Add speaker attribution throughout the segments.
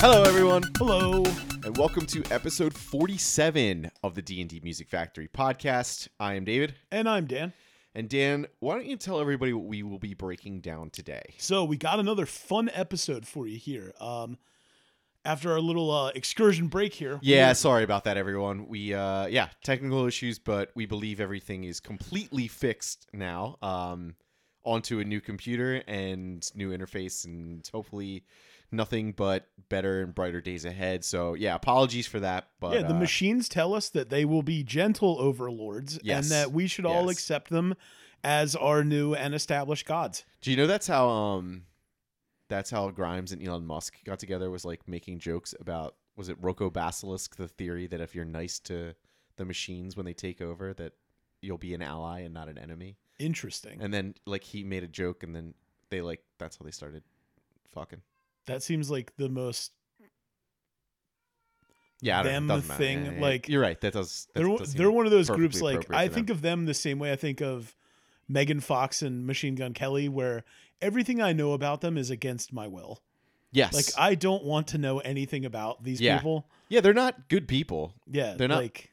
Speaker 1: Hello, everyone,
Speaker 2: Hello.
Speaker 1: and welcome to episode 47 of the D&D Music Factory podcast. I am David,
Speaker 2: And I'm Dan.
Speaker 1: and Dan, why don't you tell everybody what we will be breaking down today?
Speaker 2: So we got another fun episode for you here. Um, after our little uh, excursion break here. we-
Speaker 1: Yeah, sorry about that, everyone. We, uh, yeah, technical issues, but we believe everything is completely fixed now. Um, onto a new computer and new interface, and hopefully nothing but better and brighter days ahead. So, yeah, apologies for that. But
Speaker 2: yeah, the
Speaker 1: uh,
Speaker 2: machines tell us that they will be gentle overlords
Speaker 1: Yes.
Speaker 2: and that we should all
Speaker 1: Yes.
Speaker 2: accept them as our new and established gods.
Speaker 1: Do you know that's how um that's how Grimes and Elon Musk got together was like making jokes about was it Rocco Basilisk the theory that if you're nice to the machines when they take over that you'll be an ally and not an enemy.
Speaker 2: Interesting.
Speaker 1: And then like he made a joke and then they like that's how they started fucking.
Speaker 2: that seems like the most.
Speaker 1: Yeah, I don't
Speaker 2: Them
Speaker 1: know. Doesn't matter.
Speaker 2: thing,
Speaker 1: Yeah, yeah, yeah.
Speaker 2: like-
Speaker 1: you're right. That does. That
Speaker 2: They're,
Speaker 1: does seem-
Speaker 2: they're one of those
Speaker 1: perfectly
Speaker 2: groups like
Speaker 1: appropriate
Speaker 2: I
Speaker 1: for
Speaker 2: think of them the same way I think of Megan Fox and Machine Gun Kelly, where everything I know about them is against my will.
Speaker 1: yes.
Speaker 2: Like I don't want to know anything about these
Speaker 1: Yeah.
Speaker 2: people.
Speaker 1: yeah, they're not good people.
Speaker 2: Yeah,
Speaker 1: They're not-
Speaker 2: like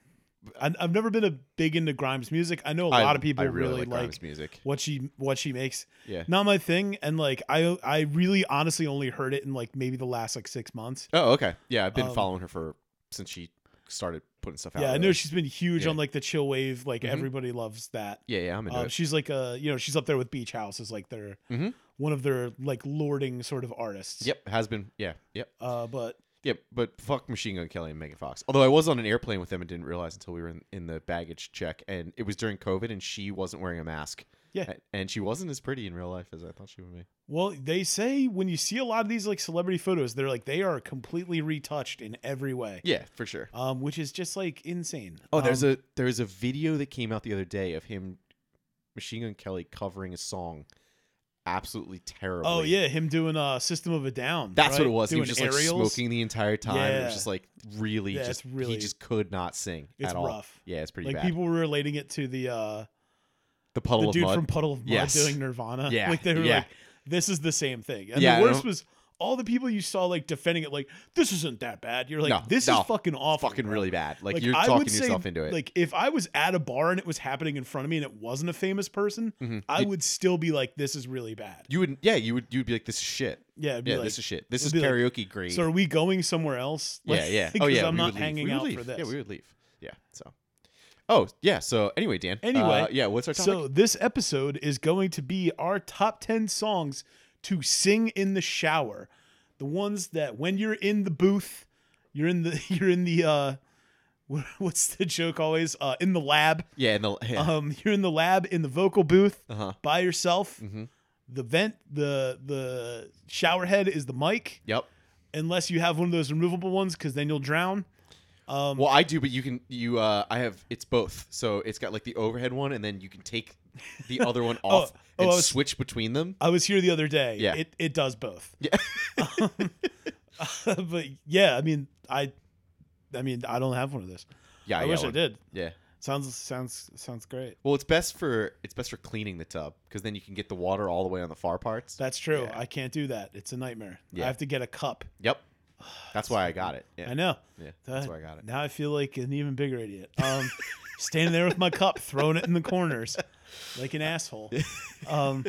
Speaker 2: I, I've never been a big into Grimes music. I know a
Speaker 1: I-
Speaker 2: lot of people
Speaker 1: I
Speaker 2: really, like,
Speaker 1: Grimes music.
Speaker 2: what she what she makes.
Speaker 1: Yeah.
Speaker 2: Not my thing, and like I I really honestly only heard it in like maybe the last like six months.
Speaker 1: Oh, okay. Yeah, I've been
Speaker 2: Um,
Speaker 1: following her for since she started putting stuff out.
Speaker 2: yeah, I
Speaker 1: really.
Speaker 2: know she's been huge
Speaker 1: Yeah.
Speaker 2: on like the chill wave. Like
Speaker 1: Mhm.
Speaker 2: everybody loves that.
Speaker 1: Yeah, yeah, I'm into
Speaker 2: Um,
Speaker 1: it.
Speaker 2: she's like a you know she's up there with Beach House as like their
Speaker 1: Mhm.
Speaker 2: one of their like lording sort of artists.
Speaker 1: Yep, has been. Yeah, yep,
Speaker 2: Uh, but
Speaker 1: yep. But fuck Machine Gun Kelly and Megan Fox. Although I was on an airplane with them and didn't realize until we were in, in the baggage check, and it was during COVID, and she wasn't wearing a mask.
Speaker 2: Yeah.
Speaker 1: A- and she wasn't as pretty in real life as I thought she would be.
Speaker 2: Well, they say when you see a lot of these like celebrity photos, they're like they are completely retouched in every way,
Speaker 1: Yeah, for sure.
Speaker 2: um, which is just like insane. Um,
Speaker 1: Oh, there's a there's a video that came out the other day of him, Machine Gun Kelly covering a song, absolutely terrible.
Speaker 2: oh yeah, him doing uh, System of a Down.
Speaker 1: That's what
Speaker 2: right?
Speaker 1: it was.
Speaker 2: Doing
Speaker 1: he was just like
Speaker 2: aerials.
Speaker 1: smoking the entire time. It
Speaker 2: Yeah.
Speaker 1: was just like really,
Speaker 2: Yeah, it's
Speaker 1: just
Speaker 2: really-
Speaker 1: he just could not sing
Speaker 2: It's
Speaker 1: at all.
Speaker 2: rough.
Speaker 1: Yeah, it's pretty
Speaker 2: Like
Speaker 1: bad.
Speaker 2: people were relating it to the uh,
Speaker 1: the puddle
Speaker 2: the
Speaker 1: of
Speaker 2: dude
Speaker 1: mud.
Speaker 2: from Puddle of Mud
Speaker 1: Yes.
Speaker 2: doing Nirvana.
Speaker 1: Yeah,
Speaker 2: like they were
Speaker 1: yeah.
Speaker 2: like, this is the same thing. And
Speaker 1: Yeah, I
Speaker 2: the worst
Speaker 1: don't-
Speaker 2: was all the people you saw like defending it, like this isn't that bad. You're like,
Speaker 1: No,
Speaker 2: this
Speaker 1: no.
Speaker 2: is fucking awful,
Speaker 1: fucking
Speaker 2: bro."
Speaker 1: really bad. Like, you're
Speaker 2: I
Speaker 1: talking
Speaker 2: would say,
Speaker 1: yourself into it.
Speaker 2: Like if I was at a bar and it was happening in front of me and it wasn't a famous person,
Speaker 1: Mhm.
Speaker 2: I
Speaker 1: You-
Speaker 2: would still be like, "This is really bad."
Speaker 1: you would, yeah, you would, you'd be like, this is shit.
Speaker 2: Yeah, I'd be
Speaker 1: Yeah,
Speaker 2: like,
Speaker 1: this is shit. This
Speaker 2: it'd
Speaker 1: is
Speaker 2: be like,
Speaker 1: karaoke grade.
Speaker 2: So are we going somewhere else? Like,
Speaker 1: yeah, yeah. Oh
Speaker 2: because
Speaker 1: yeah,
Speaker 2: I'm
Speaker 1: we
Speaker 2: not
Speaker 1: would leave.
Speaker 2: hanging
Speaker 1: We would
Speaker 2: out
Speaker 1: leave.
Speaker 2: for this.
Speaker 1: Yeah, we would leave. Yeah. So, oh yeah. So anyway, Dan. uh,
Speaker 2: Anyway,
Speaker 1: yeah. What's our topic?
Speaker 2: so this episode is going to be our top ten songs to sing in the shower, the ones that when you're in the booth, you're in the you're in the uh, what, what's the joke always uh in the lab.
Speaker 1: yeah. And the yeah.
Speaker 2: Um, you're in the lab in the vocal booth
Speaker 1: Uh huh.
Speaker 2: by yourself.
Speaker 1: Mhm.
Speaker 2: The vent, the the shower head is the mic,
Speaker 1: Yep.
Speaker 2: unless you have one of those removable ones, because then you'll drown. Um,
Speaker 1: Well, I do, but you can you. uh I have it's both. So it's got like the overhead one, and then you can take the other one off
Speaker 2: oh,
Speaker 1: and
Speaker 2: I was-
Speaker 1: switch between them.
Speaker 2: I was here the other day.
Speaker 1: Yeah.
Speaker 2: it it does both.
Speaker 1: Yeah.
Speaker 2: Um, but yeah, I mean, I, I mean, I don't have one of those.
Speaker 1: Yeah.
Speaker 2: I
Speaker 1: got
Speaker 2: wish I
Speaker 1: one.
Speaker 2: did.
Speaker 1: Yeah.
Speaker 2: Sounds sounds sounds great.
Speaker 1: Well, it's best for it's best for cleaning the tub because then you can get the water all the way on the far parts.
Speaker 2: That's true.
Speaker 1: Yeah.
Speaker 2: I can't do that. It's a nightmare.
Speaker 1: Yeah.
Speaker 2: I have to get a cup.
Speaker 1: Yep. That's why I got it. Yeah.
Speaker 2: I know.
Speaker 1: Yeah.
Speaker 2: Uh,
Speaker 1: That's why I got it.
Speaker 2: Now I feel like an even bigger idiot. Um, standing there with my cup, throwing it in the corners like an asshole. Um,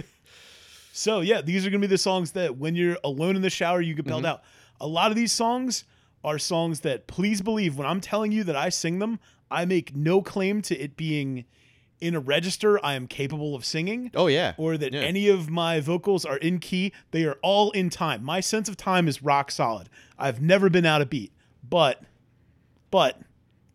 Speaker 2: so yeah, these are gonna be the songs that when you're alone in the shower, you can belt
Speaker 1: Mm-hmm.
Speaker 2: out. A lot of these songs are songs that please believe when I'm telling you that I sing them, I make no claim to it being in a register I am capable of singing.
Speaker 1: Oh yeah.
Speaker 2: Or that
Speaker 1: Yeah.
Speaker 2: any of my vocals are in key. They are all in time. My sense of time is rock solid. I've never been out of beat. But but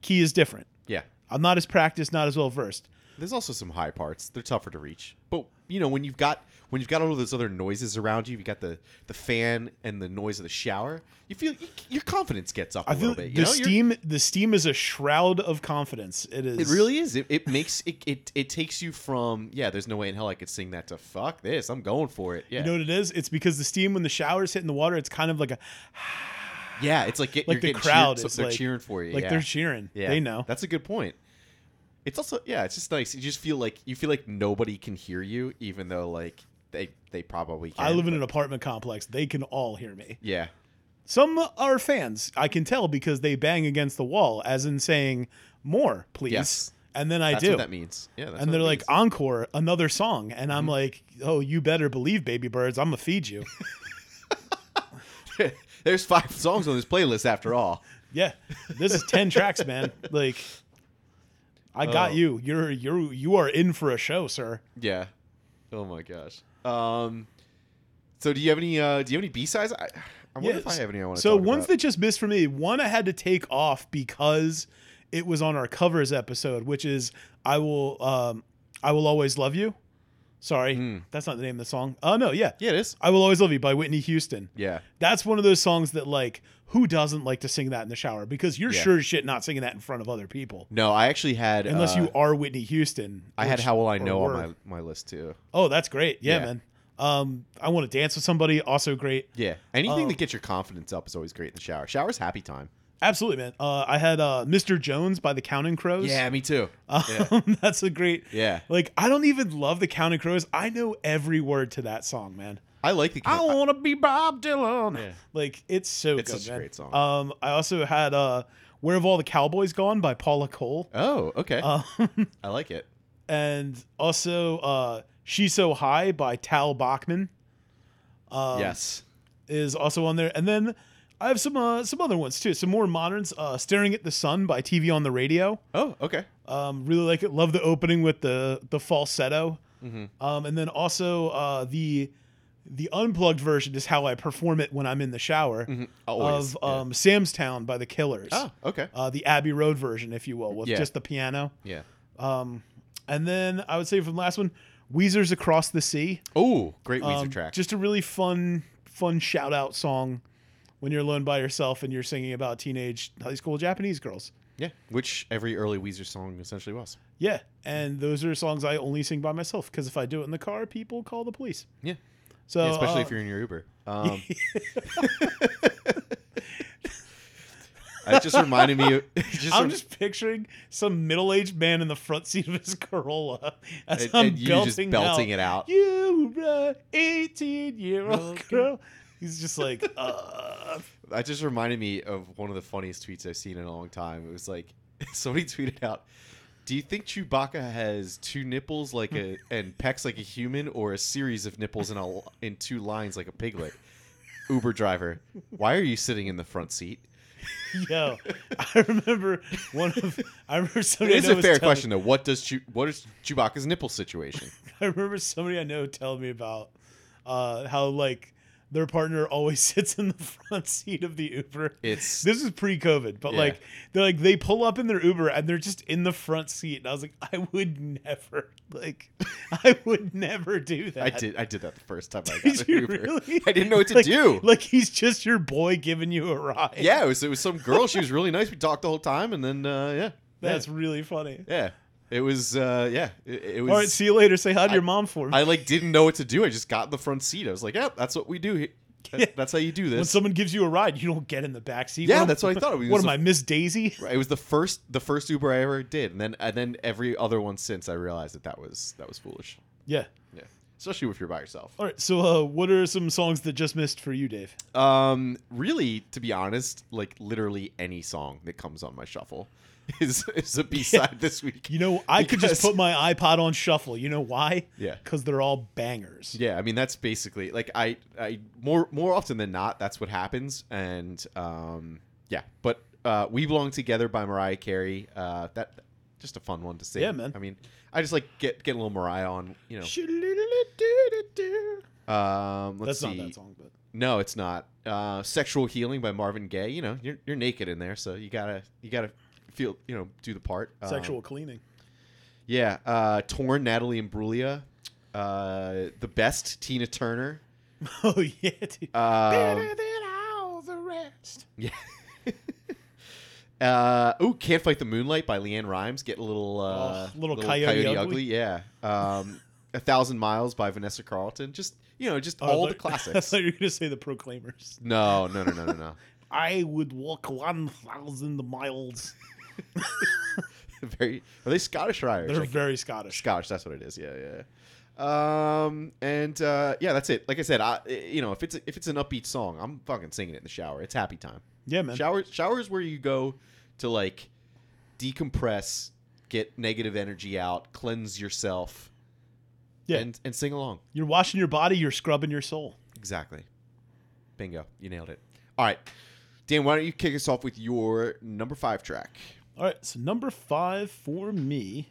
Speaker 2: key is different.
Speaker 1: yeah.
Speaker 2: I'm not as practiced, not as well versed.
Speaker 1: There's also some high parts. They're tougher to reach. But you know, when you've got when you've got all those other noises around you, you got the the fan and the noise of the shower. You feel you, your confidence gets up a
Speaker 2: I feel
Speaker 1: little bit. You
Speaker 2: the
Speaker 1: know? You're-
Speaker 2: steam the steam is a shroud of confidence. It is
Speaker 1: It really is. It, it makes it, it it takes you from yeah. There's no way in hell I could sing that to fuck this. I'm going for it. Yeah.
Speaker 2: you know what it is? It's because the steam when the shower's hitting the water, it's kind of like a
Speaker 1: yeah. It's like get,
Speaker 2: like
Speaker 1: you're
Speaker 2: the
Speaker 1: getting
Speaker 2: crowd
Speaker 1: Cheered, so
Speaker 2: is
Speaker 1: they're
Speaker 2: like-
Speaker 1: cheering for you.
Speaker 2: like
Speaker 1: yeah.
Speaker 2: they're cheering.
Speaker 1: Yeah,
Speaker 2: They know.
Speaker 1: That's a good point. It's also yeah, it's just nice. You just feel like you feel like nobody can hear you, even though like they they probably can.
Speaker 2: I live in
Speaker 1: but-
Speaker 2: an apartment complex. They can all hear me.
Speaker 1: yeah.
Speaker 2: Some are fans. I can tell because they bang against the wall, as in saying, more, please.
Speaker 1: Yes.
Speaker 2: And then I
Speaker 1: That's
Speaker 2: do.
Speaker 1: what that means. Yeah. That's
Speaker 2: and
Speaker 1: what
Speaker 2: they're
Speaker 1: it
Speaker 2: like,
Speaker 1: means. Mm-hmm.
Speaker 2: encore, another song. And I'm like, oh, you better believe, baby birds, I'm going to feed you.
Speaker 1: There's five songs on this playlist after all.
Speaker 2: yeah. This is 10 tracks, man. Like, I got
Speaker 1: Oh.
Speaker 2: you. You're you're you are in for a show, sir.
Speaker 1: Yeah. Oh my gosh. Um. So do you have any? Uh, do you have any B sides? I, I wonder if I
Speaker 2: Yes.
Speaker 1: have any. I want to.
Speaker 2: So
Speaker 1: talk
Speaker 2: ones
Speaker 1: about.
Speaker 2: that just missed for me, one I had to take off because it was on our covers episode, which is I will um I will always love you. Sorry,
Speaker 1: Hmm.
Speaker 2: that's not the name of the song. Oh no, yeah.
Speaker 1: yeah, it is.
Speaker 2: I will always love you by Whitney Houston.
Speaker 1: Yeah.
Speaker 2: That's one of those songs that like who doesn't like to sing that in the shower because you're
Speaker 1: Yeah.
Speaker 2: sure as shit not singing that in front of other people
Speaker 1: No, I actually had.
Speaker 2: unless
Speaker 1: uh,
Speaker 2: you are Whitney Houston.
Speaker 1: I had
Speaker 2: which-
Speaker 1: How Will I
Speaker 2: or
Speaker 1: Know
Speaker 2: were.
Speaker 1: on my my list too.
Speaker 2: Oh, that's great. Yeah,
Speaker 1: Yeah.
Speaker 2: man. Um, I want to dance with somebody. Also great.
Speaker 1: Yeah. Anything
Speaker 2: Oh.
Speaker 1: that gets your confidence up is always great in the shower. Shower's happy time.
Speaker 2: Absolutely, man. Uh, I had uh, Mr. Jones by the Counting Crows.
Speaker 1: Yeah, me too.
Speaker 2: Um,
Speaker 1: Yeah.
Speaker 2: That's a great.
Speaker 1: Yeah.
Speaker 2: Like, I don't even love the Counting Crows. I know every word to that song, man.
Speaker 1: I like the.
Speaker 2: I
Speaker 1: I-
Speaker 2: want to be Bob Dylan.
Speaker 1: Yeah.
Speaker 2: Like, it's so
Speaker 1: It's
Speaker 2: good,
Speaker 1: such a
Speaker 2: man.
Speaker 1: great song.
Speaker 2: Um, I also had uh, Where Have All the Cowboys Gone by Paula Cole.
Speaker 1: oh, okay.
Speaker 2: Um,
Speaker 1: I like it.
Speaker 2: and also uh, She's So High by Tal Bachman. Um,
Speaker 1: yes.
Speaker 2: is also on there. And then I have some uh, some other ones too. Some more moderns. Uh, Staring at the Sun by TV on the Radio.
Speaker 1: Oh, okay.
Speaker 2: Um, really like it. Love the opening with the the falsetto.
Speaker 1: Mm-hmm.
Speaker 2: Um, and then also uh, the the unplugged version is how I perform it when I'm in the shower
Speaker 1: Mm-hmm. Always.
Speaker 2: of um, Sam's Town by the Killers.
Speaker 1: oh, okay.
Speaker 2: Uh, the Abbey Road version, if you will, with
Speaker 1: Yeah.
Speaker 2: just the piano.
Speaker 1: yeah.
Speaker 2: Um, and then I would say from the last one, Weezer's Across the Sea.
Speaker 1: Oh, great Weezer
Speaker 2: Um,
Speaker 1: track.
Speaker 2: Just a really fun, fun shout out song when you're alone by yourself and you're singing about teenage high school Japanese girls.
Speaker 1: yeah. Which every early Weezer song essentially was.
Speaker 2: Yeah, and those are songs I only sing by myself because if I do it in the car, people call the police.
Speaker 1: Yeah.
Speaker 2: So
Speaker 1: Yeah, especially
Speaker 2: uh,
Speaker 1: if you're in your Uber. Um, it just reminded me. Of, it just
Speaker 2: I'm
Speaker 1: rem-
Speaker 2: just picturing some middle-aged man in the front seat of his Corolla as
Speaker 1: and-
Speaker 2: I'm
Speaker 1: and you
Speaker 2: belting,
Speaker 1: just belting it
Speaker 2: out,
Speaker 1: out.
Speaker 2: You were 18-year-old
Speaker 1: Okay.
Speaker 2: girl. He's just like, uh,
Speaker 1: That just reminded me of one of the funniest tweets I've seen in a long time. It was like somebody tweeted out, "Do you think Chewbacca has two nipples like a and pecs like a human, or a series of nipples in a l- in two lines like a piglet?" Uber driver, why are you sitting in the front seat?
Speaker 2: yo. I remember one of, I remember
Speaker 1: It
Speaker 2: somebody
Speaker 1: is
Speaker 2: I know
Speaker 1: a
Speaker 2: was
Speaker 1: fair
Speaker 2: telling-
Speaker 1: question though. What does Chew- what is Chewbacca's nipple situation?
Speaker 2: I remember somebody I know telling me about uh, how like their partner always sits in the front seat of the Uber.
Speaker 1: It's
Speaker 2: This is pre-COVID, but
Speaker 1: Yeah.
Speaker 2: like they're like they pull up in their Uber and they're just in the front seat, and I was like, I would never, like, I would never do that.
Speaker 1: I did I did that the first time I got
Speaker 2: Did
Speaker 1: an
Speaker 2: you
Speaker 1: Uber.
Speaker 2: really?
Speaker 1: I didn't know what to
Speaker 2: Like-
Speaker 1: do.
Speaker 2: Like he's just your boy giving you a ride.
Speaker 1: yeah, it was it was some girl. She was really nice. We talked the whole time, and then uh, yeah,
Speaker 2: that's really funny.
Speaker 1: yeah. It was uh, yeah. It, it was.
Speaker 2: All right, see you later. Say hi to your mom for me.
Speaker 1: I like didn't know what to do. I just got in the front seat. I was like, yeah, that's what we do. Here. That-
Speaker 2: Yeah.
Speaker 1: That's how you do
Speaker 2: when
Speaker 1: this.
Speaker 2: someone gives you a ride, you don't get in the back seat.
Speaker 1: yeah,
Speaker 2: What am-
Speaker 1: that's what I thought. It was,
Speaker 2: What
Speaker 1: the-
Speaker 2: am I, Miss Daisy?
Speaker 1: It was the first the first Uber I ever did, and then and then every other one since. I realized that that was that was foolish.
Speaker 2: Yeah.
Speaker 1: Yeah, especially if you're by yourself.
Speaker 2: All right. So, uh, what are some songs that just missed for you, Dave?
Speaker 1: Um, really, to be honest, like literally any song that comes on my shuffle is is a B side this week.
Speaker 2: You know, I could
Speaker 1: Because-
Speaker 2: just put my iPod on shuffle. You know why?
Speaker 1: Yeah.
Speaker 2: Because they're all bangers.
Speaker 1: Yeah, I mean that's basically like I I more more often than not that's what happens and um yeah, but uh We Belong Together by Mariah Carey, uh that just a fun one to sing.
Speaker 2: Yeah, man.
Speaker 1: I mean, I just like get get a little Mariah on, you know. Um let's
Speaker 2: That's not
Speaker 1: see.
Speaker 2: that song, but
Speaker 1: No, it's not. Uh Sexual Healing by Marvin Gaye, you know, you're you're naked in there, so you got to you got to feel, you know, do the part. Um,
Speaker 2: sexual cleaning.
Speaker 1: yeah, uh, torn Natalie Imbruglia, uh, the best Tina Turner.
Speaker 2: Oh yeah, dude.
Speaker 1: Um,
Speaker 2: than all the rest.
Speaker 1: yeah. uh, ooh, can't fight the moonlight by Leanne Rhymes. Get a little, uh,
Speaker 2: Oh, little Coyote Ugly.
Speaker 1: Yeah. Um, a thousand miles by Vanessa Carlton. Just you know, just
Speaker 2: Oh, I
Speaker 1: all
Speaker 2: thought-
Speaker 1: the
Speaker 2: I
Speaker 1: classics.
Speaker 2: thought you were gonna say the Proclaimers.
Speaker 1: no, no, no, no, no, no.
Speaker 2: I would walk one thousand miles.
Speaker 1: Very. Are they Scottish or Irish?
Speaker 2: They're
Speaker 1: I
Speaker 2: very Scottish.
Speaker 1: Scottish. That's what it is. Yeah, yeah. Um and uh, yeah, that's it. Like I said, I you know if it's if it's an upbeat song, I'm fucking singing it in the shower. It's happy time.
Speaker 2: Yeah, man.
Speaker 1: Showers showers where you go to like decompress, get negative energy out, cleanse yourself,
Speaker 2: Yeah.
Speaker 1: and and sing along.
Speaker 2: You're washing your body, you're scrubbing your soul.
Speaker 1: Exactly. Bingo. You nailed it. All right. Dan, why don't you kick us off with your number five track?
Speaker 2: All right, so number five for me.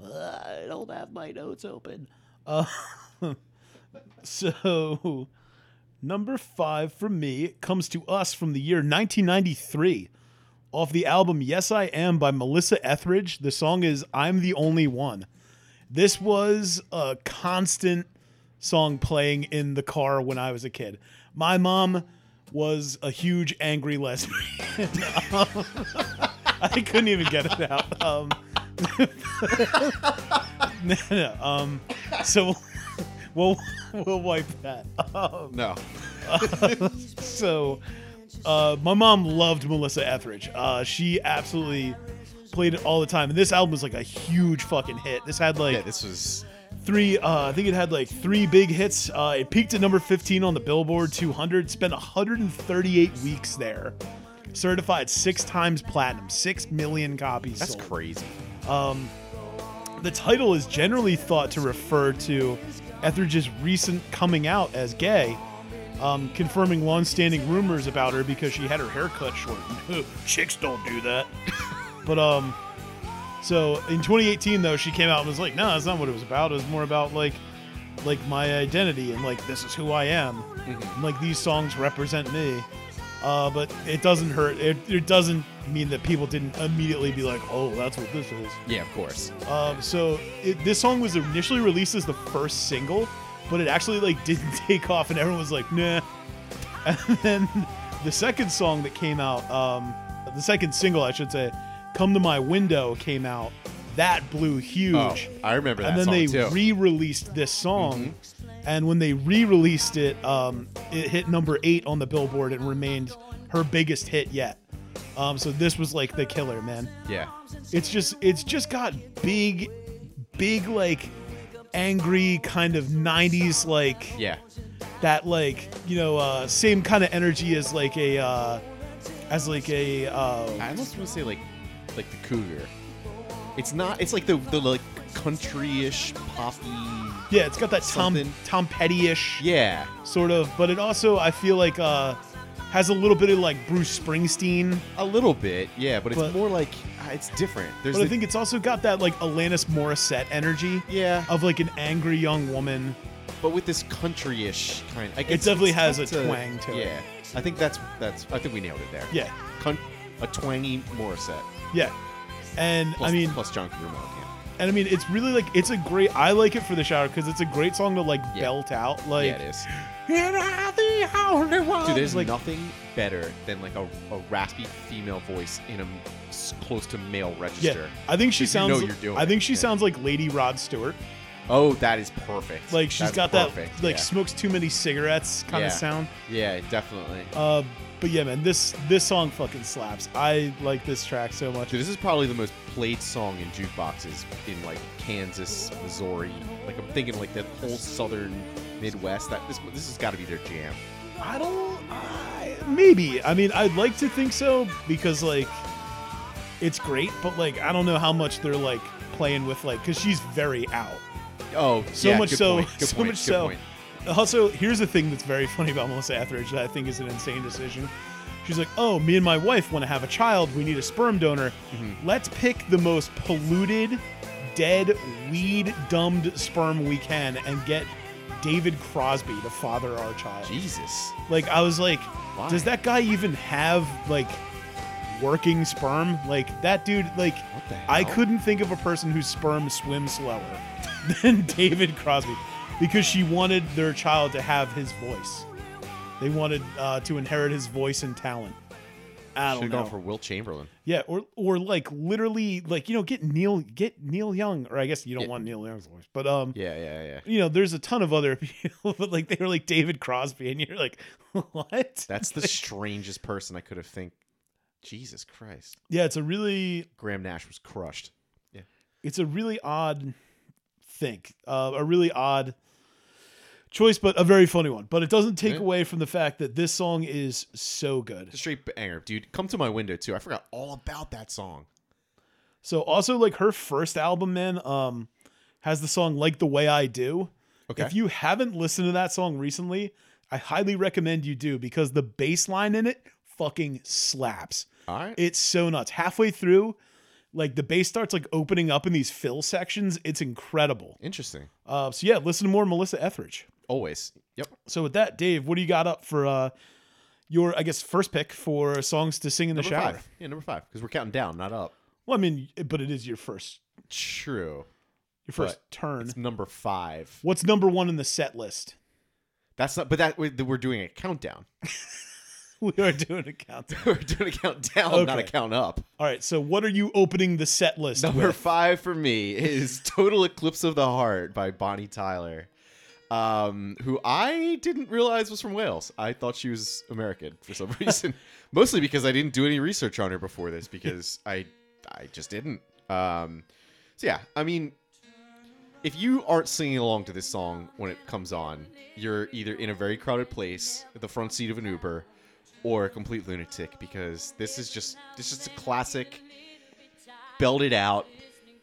Speaker 2: I don't have my notes open. Uh, so, number five for me comes to us from the year 1993 off the album Yes I Am by Melissa Etheridge. The song is I'm the Only One. This was a constant song playing in the car when I was a kid. My mom was a huge angry lesbian. I couldn't even get it out. Um, no, no, um, so we'll we'll wipe that. Um,
Speaker 1: No.
Speaker 2: so uh, my mom loved Melissa Etheridge. Uh, she absolutely played it all the time, and this album was like a huge fucking hit. This had like
Speaker 1: Yeah, this was
Speaker 2: three uh, i think it had like three big hits uh, it peaked at number 15 on the billboard 200 spent 138 weeks there certified six times platinum six million copies
Speaker 1: that's
Speaker 2: sold.
Speaker 1: crazy.
Speaker 2: the title is generally thought to refer to etheridge's recent coming out as gay um, confirming long-standing rumors about her because she had her hair cut short chicks don't do that but um so in 2018 though she came out and was like no that's not what it was about it was more about like like my identity and like this is who i am and, like these songs represent me uh, but it doesn't hurt it, it doesn't mean that people didn't immediately be like oh that's what this is
Speaker 1: Yeah, of course.
Speaker 2: um, so it, this song was initially released as the first single, but it actually like didn't take off, and everyone was like, "Nah." And then the second song that came out, um, the second single, I should say, "Come to My Window" came out. That blew huge
Speaker 1: Oh, I remember that
Speaker 2: and then
Speaker 1: song
Speaker 2: they
Speaker 1: too. Mm-hmm.
Speaker 2: re-released this song and when they re-released it um, it hit number eight on the billboard and remained her biggest hit yet um, so this was like the killer man
Speaker 1: yeah.
Speaker 2: it's just it's just got big big like angry kind of 90s like
Speaker 1: Yeah.
Speaker 2: that like you know uh, same kind of energy as like a uh, as like a uh,
Speaker 1: I almost want to say like like the cougar. It's not it's like the the like country-ish poppy.
Speaker 2: yeah it's got that
Speaker 1: Something.
Speaker 2: tom tom petty-ish
Speaker 1: Yeah.
Speaker 2: sort of but it also i feel like uh has a little bit of like bruce springsteen
Speaker 1: A little bit. Yeah, but it's
Speaker 2: But-
Speaker 1: more like ah, it's different. There's
Speaker 2: but i
Speaker 1: the-
Speaker 2: think it's also got that like alanis morissette energy
Speaker 1: yeah,
Speaker 2: of like an angry young woman
Speaker 1: but with this country-ish kind. Like,
Speaker 2: It definitely has
Speaker 1: tough
Speaker 2: a twang to it.
Speaker 1: Yeah, I think that's that's. I think we nailed it there.
Speaker 2: yeah
Speaker 1: Con- a twangy Morissette.
Speaker 2: yeah and
Speaker 1: Plus,
Speaker 2: i mean
Speaker 1: plus John Carumo.
Speaker 2: and i mean it's really like it's a great i like it for the shower because it's a great song to like
Speaker 1: Yeah.
Speaker 2: belt out
Speaker 1: Yeah,
Speaker 2: like
Speaker 1: yeah it is.
Speaker 2: and i'm the only one
Speaker 1: Dude, there's
Speaker 2: like
Speaker 1: nothing better than like a, a raspy female voice in a m- s- close to male
Speaker 2: yeah
Speaker 1: register.
Speaker 2: i think she
Speaker 1: If you know
Speaker 2: sounds
Speaker 1: you're doing
Speaker 2: i think
Speaker 1: it,
Speaker 2: she
Speaker 1: yeah.
Speaker 2: sounds like lady rod stewart
Speaker 1: Oh, that is perfect.
Speaker 2: like she's
Speaker 1: she's
Speaker 2: got
Speaker 1: perfect.
Speaker 2: that like
Speaker 1: yeah.
Speaker 2: smokes too many cigarettes kind
Speaker 1: Yeah.
Speaker 2: of sound
Speaker 1: yeah, definitely.
Speaker 2: Uh, but yeah, man, this this song fucking slaps. I like this track so much.
Speaker 1: Dude, this is probably the most played song in jukeboxes in like Kansas, Missouri. Like I'm thinking like the whole southern Midwest. That this this has got to be their jam.
Speaker 2: I don't. I, maybe. I mean, I'd like to think so because like, it's great. But like, I don't know how much they're like playing with like, because she's very out.
Speaker 1: Oh,
Speaker 2: So
Speaker 1: yeah,
Speaker 2: much
Speaker 1: good
Speaker 2: so.
Speaker 1: point, good
Speaker 2: so
Speaker 1: point,
Speaker 2: much
Speaker 1: good
Speaker 2: so.
Speaker 1: point.
Speaker 2: Also, here's the thing that's very funny about Melissa Etheridge that I think is an insane decision. She's like, oh, me and my wife want to have a child. We need a sperm donor. Let's pick the most polluted, dead, weed dumbed sperm we can and get David Crosby to father our child.
Speaker 1: Jesus.
Speaker 2: Like, I was like,
Speaker 1: Why?
Speaker 2: does that guy even have, like, working sperm? Like, that dude, like,
Speaker 1: What the
Speaker 2: I
Speaker 1: hell?
Speaker 2: couldn't think of a person whose sperm swims slower than David Crosby because she wanted their child to have his voice. They wanted uh, to inherit his voice and talent.
Speaker 1: Should
Speaker 2: I don't
Speaker 1: have
Speaker 2: know.
Speaker 1: gone for Will Chamberlain.
Speaker 2: yeah, or or like literally, like you know, get Neil, get Neil Young, or I guess you don't
Speaker 1: Yeah.
Speaker 2: want Neil Young's voice, but um,
Speaker 1: Yeah, yeah, yeah.
Speaker 2: you know, there's a ton of other people, but like they were like David Crosby, and you're like, what?
Speaker 1: That's the strangest person I could have think. Jesus Christ.
Speaker 2: yeah, it's a really
Speaker 1: Graham Nash was crushed.
Speaker 2: it's a really odd think. Uh, a really odd choice, but a very funny one. But it doesn't take
Speaker 1: Yeah.
Speaker 2: away from the fact that this song is so good.
Speaker 1: Straight banger, dude. Come to my window too. I forgot all about that song.
Speaker 2: So also like her first album, man, um, has the song "Like the Way I Do."
Speaker 1: Okay.
Speaker 2: If you haven't listened to that song recently, I highly recommend you do because the bass line in it fucking slaps.
Speaker 1: all right.
Speaker 2: It's so nuts. Halfway through, like the bass starts like opening up in these fill sections. It's incredible.
Speaker 1: Interesting.
Speaker 2: Uh, so yeah, listen to more Melissa Etheridge.
Speaker 1: Always. Yep.
Speaker 2: So with that, Dave, what do you got up for uh, your I guess first pick for songs to sing in the
Speaker 1: Number
Speaker 2: shower?
Speaker 1: five. Yeah, number five. Because we're counting down, not up.
Speaker 2: Well, I mean, but it is your first
Speaker 1: True.
Speaker 2: your first
Speaker 1: But
Speaker 2: turn.
Speaker 1: It's number five.
Speaker 2: What's number one in the set list?
Speaker 1: That's not. But that we're we're doing a countdown.
Speaker 2: We are doing a countdown.
Speaker 1: we're doing a countdown, not a
Speaker 2: Okay.
Speaker 1: count up.
Speaker 2: All right. So what are you opening the set list
Speaker 1: Number
Speaker 2: with?
Speaker 1: five for me is "Total Eclipse of the Heart" by Bonnie Tyler, um, who I didn't realize was from Wales. I thought she was American for some reason, mostly because I didn't do any research on her before this because I, I just didn't. Um, so yeah, I mean, if you aren't singing along to this song when it comes on, you're either in a very crowded place, at the front seat of an Uber, or a complete lunatic because this is just this is just a classic belt it out,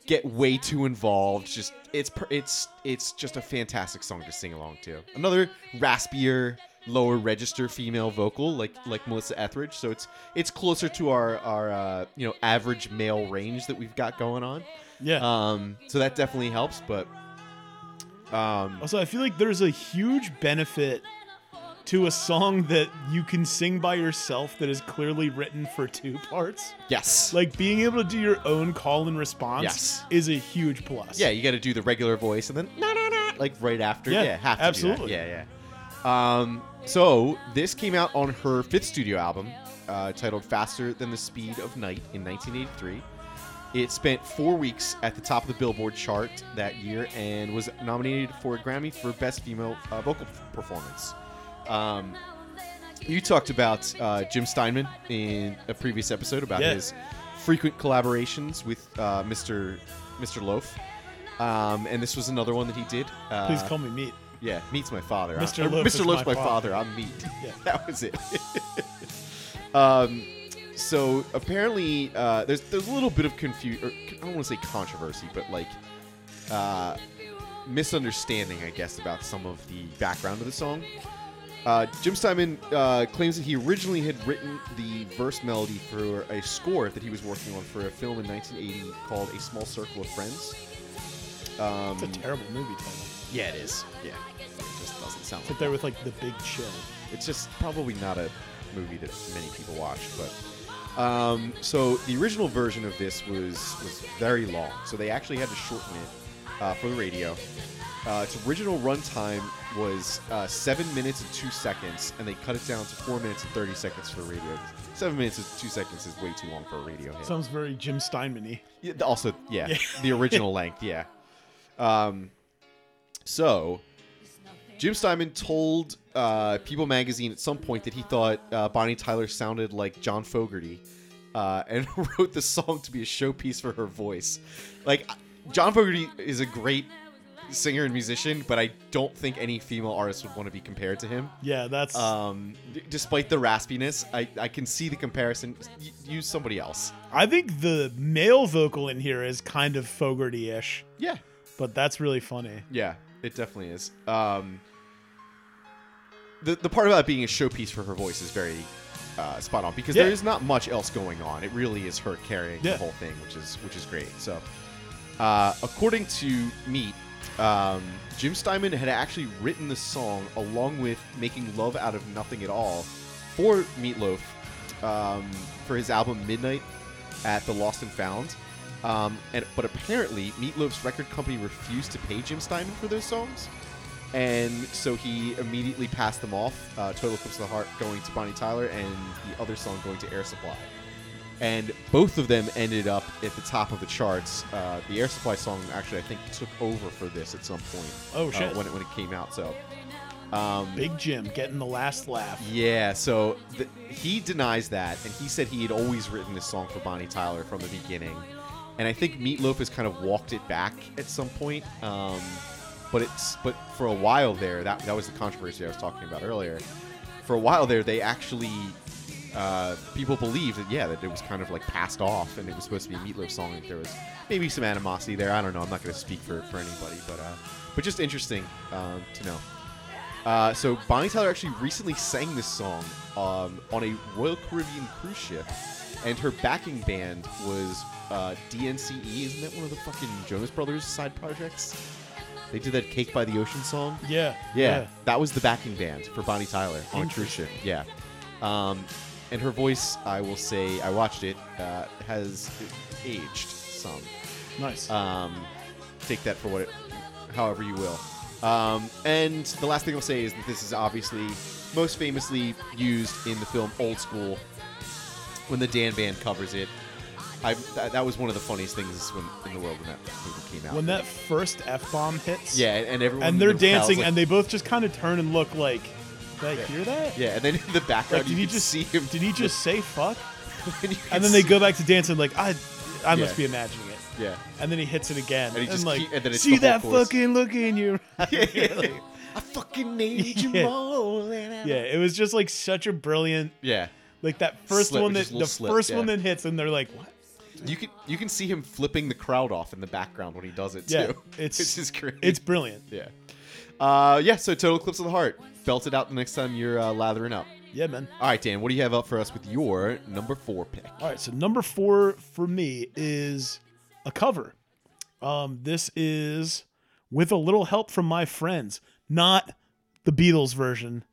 Speaker 1: get way too involved. Just it's per- it's it's just a fantastic song to sing along to. Another raspier, lower register female vocal like like Melissa Etheridge, so it's it's closer to our our uh, you know average male range that we've got going on.
Speaker 2: yeah.
Speaker 1: Um, so that definitely helps, but um,
Speaker 2: also, I feel like there's a huge benefit to a song that you can sing by yourself that is clearly written for two parts.
Speaker 1: yes.
Speaker 2: Like being able to do your own call and response
Speaker 1: Yes.
Speaker 2: is a huge plus.
Speaker 1: Yeah, you got to do the regular voice and then na na na like right after.
Speaker 2: Yeah,
Speaker 1: Yeah, have to do that.
Speaker 2: absolutely.
Speaker 1: Yeah, yeah. Um, so this came out on her fifth studio album, uh, titled "Faster Than the Speed of Night" in 1983. It spent four weeks at the top of the Billboard chart that year and was nominated for a Grammy for Best Female uh, Vocal Performance. Um, you talked about uh, Jim Steinman in a previous episode about
Speaker 2: Yeah.
Speaker 1: his frequent collaborations with uh, Mr. Mr. Loaf, um, and this was another one that he did. Uh,
Speaker 2: Please call me meat.
Speaker 1: Yeah, meat's my father.
Speaker 2: Mr.
Speaker 1: I'm- or
Speaker 2: Loaf is
Speaker 1: Mr. Loaf's
Speaker 2: my
Speaker 1: my,
Speaker 2: father.
Speaker 1: father. I'm meat.
Speaker 2: Yeah.
Speaker 1: that was it. um, so apparently, uh, there's there's a little bit of confusion. I don't want to say controversy, but like uh, misunderstanding, I guess, about some of the background of the song. Uh, Jim Steinman uh, claims that he originally had written the verse melody for a score that he was working on for a film in 1980 called A Small Circle of Friends. Um,
Speaker 2: It's a terrible movie title.
Speaker 1: yeah, it is. Yeah, it just doesn't sound
Speaker 2: It's
Speaker 1: like
Speaker 2: up there with like the Big Chill.
Speaker 1: it's just probably not a movie that many people watch, but um, so the original version of this was was very long, so they actually had to shorten it uh, for the radio. Uh, its original runtime was uh, seven minutes and two seconds, and they cut it down to four minutes and thirty seconds for the radio. Seven minutes and two seconds is way too long for a radio hit.
Speaker 2: Sounds very Jim Steinman-y.
Speaker 1: Yeah, th- also, yeah, the original length, yeah. Um, so, Jim Steinman told uh, People Magazine at some point that he thought uh, Bonnie Tyler sounded like John Fogerty, uh, and wrote the song to be a showpiece for her voice. Like, uh, John Fogerty is a great singer and musician, but I don't think any female artist would want to be compared to him.
Speaker 2: Yeah, that's
Speaker 1: Um, d- despite the raspiness, I, I can see the comparison. Y- use somebody else.
Speaker 2: I think the male vocal in here is kind of Fogarty-ish,
Speaker 1: Yeah,
Speaker 2: but that's really funny.
Speaker 1: Yeah, it definitely is. Um, the the part about it being a showpiece for her voice is very uh, spot on because
Speaker 2: Yeah.
Speaker 1: there is not much else going on. It really is her carrying
Speaker 2: Yeah.
Speaker 1: the whole thing, which is which is great. So, uh, according to Meat, um, Jim Steinman had actually written the song along with "Making Love Out of Nothing at All" for Meatloaf um, for his album Midnight at the Lost and Found. Um, and but apparently, Meatloaf's record company refused to pay Jim Steinman for those songs, and so he immediately passed them off. Uh, Total Eclipse of the Heart going to Bonnie Tyler, and the other song going to Air Supply. And both of them ended up at the top of the charts. Uh, the Air Supply song actually, I think, took over for this at some point.
Speaker 2: Oh,
Speaker 1: uh,
Speaker 2: shit.
Speaker 1: when it when it came out, so. Um,
Speaker 2: Big Jim getting the last laugh.
Speaker 1: yeah, so th- he denies that, and he said he had always written this song for Bonnie Tyler from the beginning, and I think Meatloaf has kind of walked it back at some point. Um, but it's but for a while there, that that was the controversy I was talking about earlier. For a while there, they actually uh, people believed that yeah, that it was kind of like passed off, and it was supposed to be a Meatloaf song. And there was maybe some animosity there. I don't know. I'm not going to speak for, for anybody, but uh, but just interesting um, to know. Uh, so Bonnie Tyler actually recently sang this song um, on a Royal Caribbean cruise ship, and her backing band was uh, DNCE. Isn't that one of the fucking Jonas Brothers side projects? They did that "Cake by the Ocean" song.
Speaker 2: Yeah.
Speaker 1: Yeah, that was the backing band for Bonnie Tyler on a cruise ship. Yeah, um, and her voice, I will say, I watched it, uh, has aged some.
Speaker 2: Nice.
Speaker 1: Um, take that for what, it, however you will. Um, and the last thing I'll say is that this is obviously most famously used in the film Old School when the Dan Band covers it. I, that, that was one of the funniest things when, in the world when that movie came out.
Speaker 2: when that first F bomb hits.
Speaker 1: yeah, and everyone
Speaker 2: And they're
Speaker 1: in the crowd's
Speaker 2: dancing
Speaker 1: like-
Speaker 2: and they both just kind of turn and look like, did I
Speaker 1: Yeah.
Speaker 2: hear that?
Speaker 1: Yeah, and then in the background
Speaker 2: Like, did
Speaker 1: you
Speaker 2: he
Speaker 1: can
Speaker 2: just
Speaker 1: see him.
Speaker 2: Did he just say fuck?
Speaker 1: and, you can
Speaker 2: And then they
Speaker 1: see-
Speaker 2: go back to dancing like I, I
Speaker 1: Yeah.
Speaker 2: must be imagining it.
Speaker 1: Yeah.
Speaker 2: And then he hits it again.
Speaker 1: And he just
Speaker 2: like,
Speaker 1: keep- and then it's
Speaker 2: see
Speaker 1: the whole
Speaker 2: that
Speaker 1: chorus."
Speaker 2: fucking look in your.
Speaker 1: yeah, I fucking need you
Speaker 2: Yeah.
Speaker 1: more than ever.
Speaker 2: Yeah, it was just like such a brilliant,
Speaker 1: Yeah.
Speaker 2: like that first
Speaker 1: Slip,
Speaker 2: one that
Speaker 1: just a
Speaker 2: the
Speaker 1: little slip,
Speaker 2: first
Speaker 1: yeah.
Speaker 2: one that hits, and they're like, what?
Speaker 1: You can you can see him flipping the crowd off in the background when he does it too.
Speaker 2: Yeah, it's
Speaker 1: Which is great.
Speaker 2: It's brilliant.
Speaker 1: yeah. Uh yeah, so total clips of the heart. Belt it out the next time you're uh, lathering up.
Speaker 2: Yeah, man.
Speaker 1: All right, Dan, what do you have up for us with your number 4 pick?
Speaker 2: All right, so number four for me is a cover. Um, this is with a little help from my friends, not the Beatles version,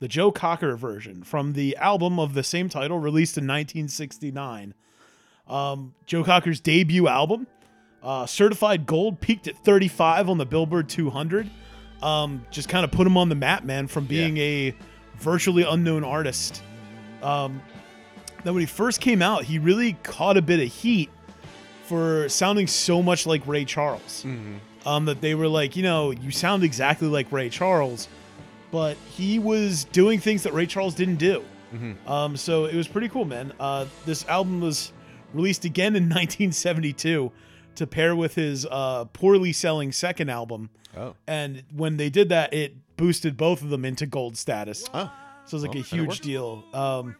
Speaker 2: the Joe Cocker version from the album of the same title released in 1969. Um, Joe Cocker's debut album, uh, certified gold, peaked at 35 on the Billboard 200. Um, just kind of put him on the map, man, from being a virtually unknown artist. Um, that when he first came out, he really caught a bit of heat for sounding so much like Ray Charles. Um, that they were like, you know, you sound exactly like Ray Charles, but he was doing things that Ray Charles didn't do. Um, so it was pretty cool, man. Uh, this album was released again in 1972 to pair with his uh, poorly selling second album.
Speaker 1: Oh.
Speaker 2: And when they did that, it boosted both of them into gold status.
Speaker 1: Oh.
Speaker 2: So it's like
Speaker 1: Well, and
Speaker 2: a
Speaker 1: it
Speaker 2: huge
Speaker 1: worked.
Speaker 2: deal. Um,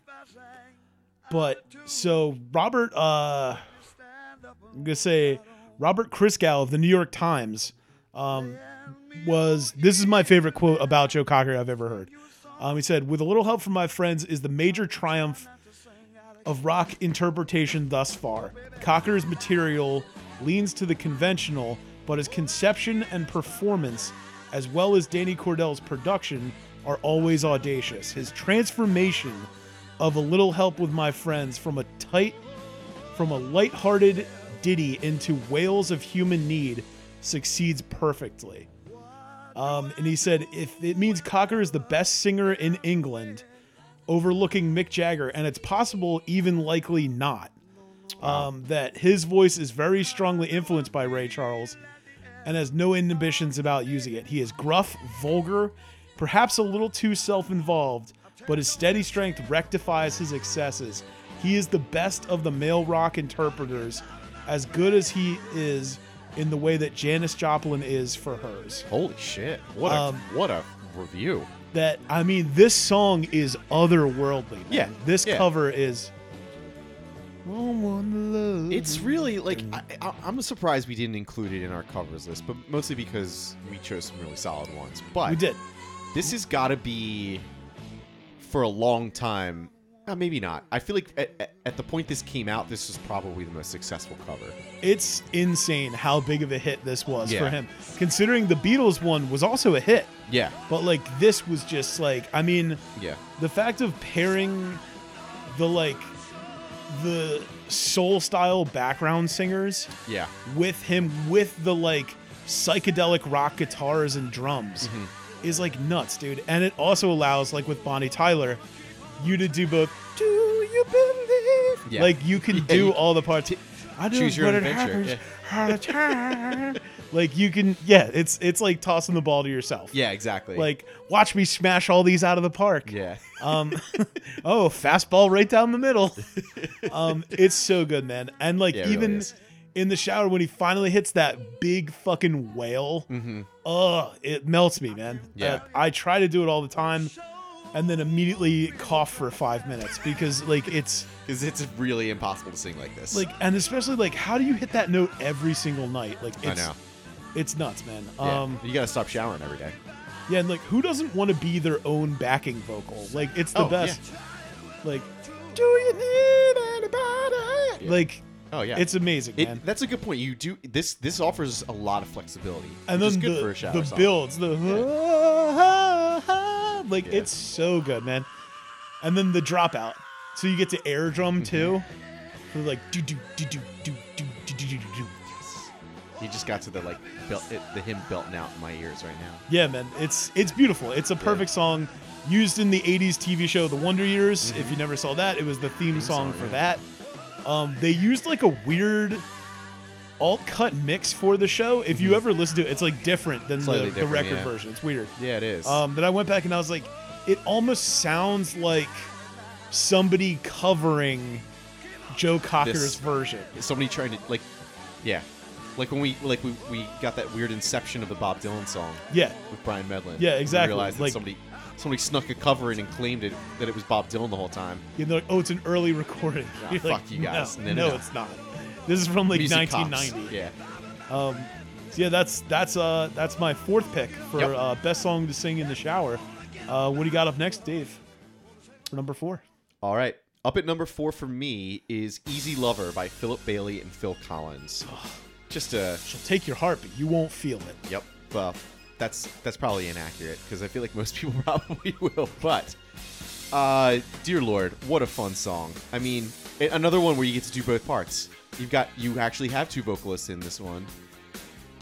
Speaker 2: but so Robert, uh, I'm gonna say Robert Christgau of the New York Times um, was. This is my favorite quote about Joe Cocker I've ever heard. Um, he said, "With a little help from my friends, is the major triumph of rock interpretation thus far. Cocker's material leans to the conventional, but his conception and performance, as well as Danny Cordell's production, are always audacious. His transformation of a little help with my friends from a tight from a lighthearted ditty into wails of human need succeeds perfectly. Um, and he said, if it means Cocker is the best singer in England, overlooking Mick Jagger, and it's possible, even likely not, um, that his voice is very strongly influenced by Ray Charles and has no inhibitions about using it. He is gruff, vulgar, perhaps a little too self involved, but his steady strength rectifies his excesses. He is the best of the male rock interpreters, as good as he is in the way that Janis Joplin is for hers.
Speaker 1: Holy shit. What a
Speaker 2: Um,
Speaker 1: what a review.
Speaker 2: That, I mean, this song is otherworldly. man.
Speaker 1: Yeah,
Speaker 2: This
Speaker 1: yeah.
Speaker 2: cover is. I wanna love
Speaker 1: It's
Speaker 2: you.
Speaker 1: really like I, I, I'm surprised we didn't include it in our covers list, but mostly because we chose some really solid ones. But
Speaker 2: We did.
Speaker 1: this has got to be for a long time. Uh, maybe not. I feel like at, at- at the point this came out, this was probably the most successful cover.
Speaker 2: It's insane how big of a hit this was
Speaker 1: Yeah.
Speaker 2: for him, considering the Beatles one was also a hit.
Speaker 1: Yeah,
Speaker 2: But like this was just like I mean,
Speaker 1: yeah,
Speaker 2: the fact of pairing the like the soul style background singers
Speaker 1: yeah,
Speaker 2: with him with the like psychedelic rock guitars and drums
Speaker 1: Mm-hmm.
Speaker 2: is like nuts, dude. And it also allows like with Bonnie Tyler, you to do both. Do you believe?
Speaker 1: Yeah.
Speaker 2: Like you can
Speaker 1: Yeah,
Speaker 2: do
Speaker 1: you-
Speaker 2: all the parts. I do
Speaker 1: choose your
Speaker 2: what
Speaker 1: own
Speaker 2: it
Speaker 1: adventure,
Speaker 2: happens all the time. like you can, yeah. It's it's like tossing the ball to yourself.
Speaker 1: yeah. Exactly.
Speaker 2: Like watch me smash all these out of the park.
Speaker 1: yeah,
Speaker 2: Um, oh, fastball right down the middle. Um, it's so good, man. And like
Speaker 1: Yeah, it really
Speaker 2: even
Speaker 1: is.
Speaker 2: in the shower when he finally hits that big fucking wail. Ugh, it melts me, man.
Speaker 1: Mm-hmm. Yeah.
Speaker 2: Uh, I try to do it all the time and then immediately cough for five minutes because, like, it's
Speaker 1: Because it's really impossible to sing like this.
Speaker 2: like, and especially, like, how do you hit that note every single night? Like,
Speaker 1: I
Speaker 2: it's,
Speaker 1: know.
Speaker 2: it's nuts, man.
Speaker 1: Yeah.
Speaker 2: Um,
Speaker 1: you gotta stop showering every day.
Speaker 2: yeah, and like, who doesn't want to be their own backing vocal? Like, it's the
Speaker 1: Oh,
Speaker 2: best. Like,
Speaker 1: Do you need anybody?
Speaker 2: like,
Speaker 1: oh yeah,
Speaker 2: it's amazing,
Speaker 1: It-
Speaker 2: man.
Speaker 1: that's a good point. You do this. This offers a lot of flexibility, which
Speaker 2: and then
Speaker 1: is good
Speaker 2: the,
Speaker 1: for a shower
Speaker 2: the
Speaker 1: song.
Speaker 2: builds, the like
Speaker 1: Yeah.
Speaker 2: it's so good, man. And then the dropout, so you get to air
Speaker 1: Mm-hmm.
Speaker 2: drum too, So like do do do do do do do do do do.
Speaker 1: You just got to the like belt, it, the hymn belting out in my ears right now.
Speaker 2: Yeah, man, it's it's beautiful. It's a perfect song used in the '80s TV show The Wonder Years. If you never saw that, it was the theme, song,
Speaker 1: Mm-hmm. song,
Speaker 2: for
Speaker 1: yeah.
Speaker 2: that. Um, they used like a weird alt cut mix for the show. If you ever listen to it, it's like different than the,
Speaker 1: Mm-hmm. Slightly
Speaker 2: the
Speaker 1: different,
Speaker 2: record
Speaker 1: yeah.
Speaker 2: version. It's weird.
Speaker 1: Yeah, it is.
Speaker 2: um, that I went back and I was like, it almost sounds like somebody covering Joe Cocker's
Speaker 1: This-
Speaker 2: version.
Speaker 1: Somebody trying to like, yeah, like when we like we, we got that weird inception of the Bob Dylan song
Speaker 2: Yeah,
Speaker 1: with Brian Medlin.
Speaker 2: Yeah,
Speaker 1: and we
Speaker 2: exactly,
Speaker 1: realized that
Speaker 2: like-
Speaker 1: somebody somebody snuck a cover in and claimed it that it was Bob Dylan the whole time.
Speaker 2: and they're like, oh, it's an early recording.
Speaker 1: Nah,
Speaker 2: You're like,
Speaker 1: fuck you guys.
Speaker 2: No,
Speaker 1: No, no,
Speaker 2: no,
Speaker 1: no."
Speaker 2: it's not. This is from like
Speaker 1: Music cops.
Speaker 2: 1990.
Speaker 1: Yeah,
Speaker 2: Um, so yeah, that's that's uh that's my fourth pick for
Speaker 1: Yep.
Speaker 2: uh, best song to sing in the shower. Uh, what do you got up next, Dave? For number four.
Speaker 1: All right. Up at number four for me is Easy Lover by Philip Bailey and Phil Collins. Just a
Speaker 2: She'll take your heart, but you won't feel it.
Speaker 1: yep. Well, that's that's probably inaccurate because I feel like most people probably will. But uh, dear Lord, what a fun song! I mean, a- another one where you get to do both parts. You've got you actually have two vocalists in this one,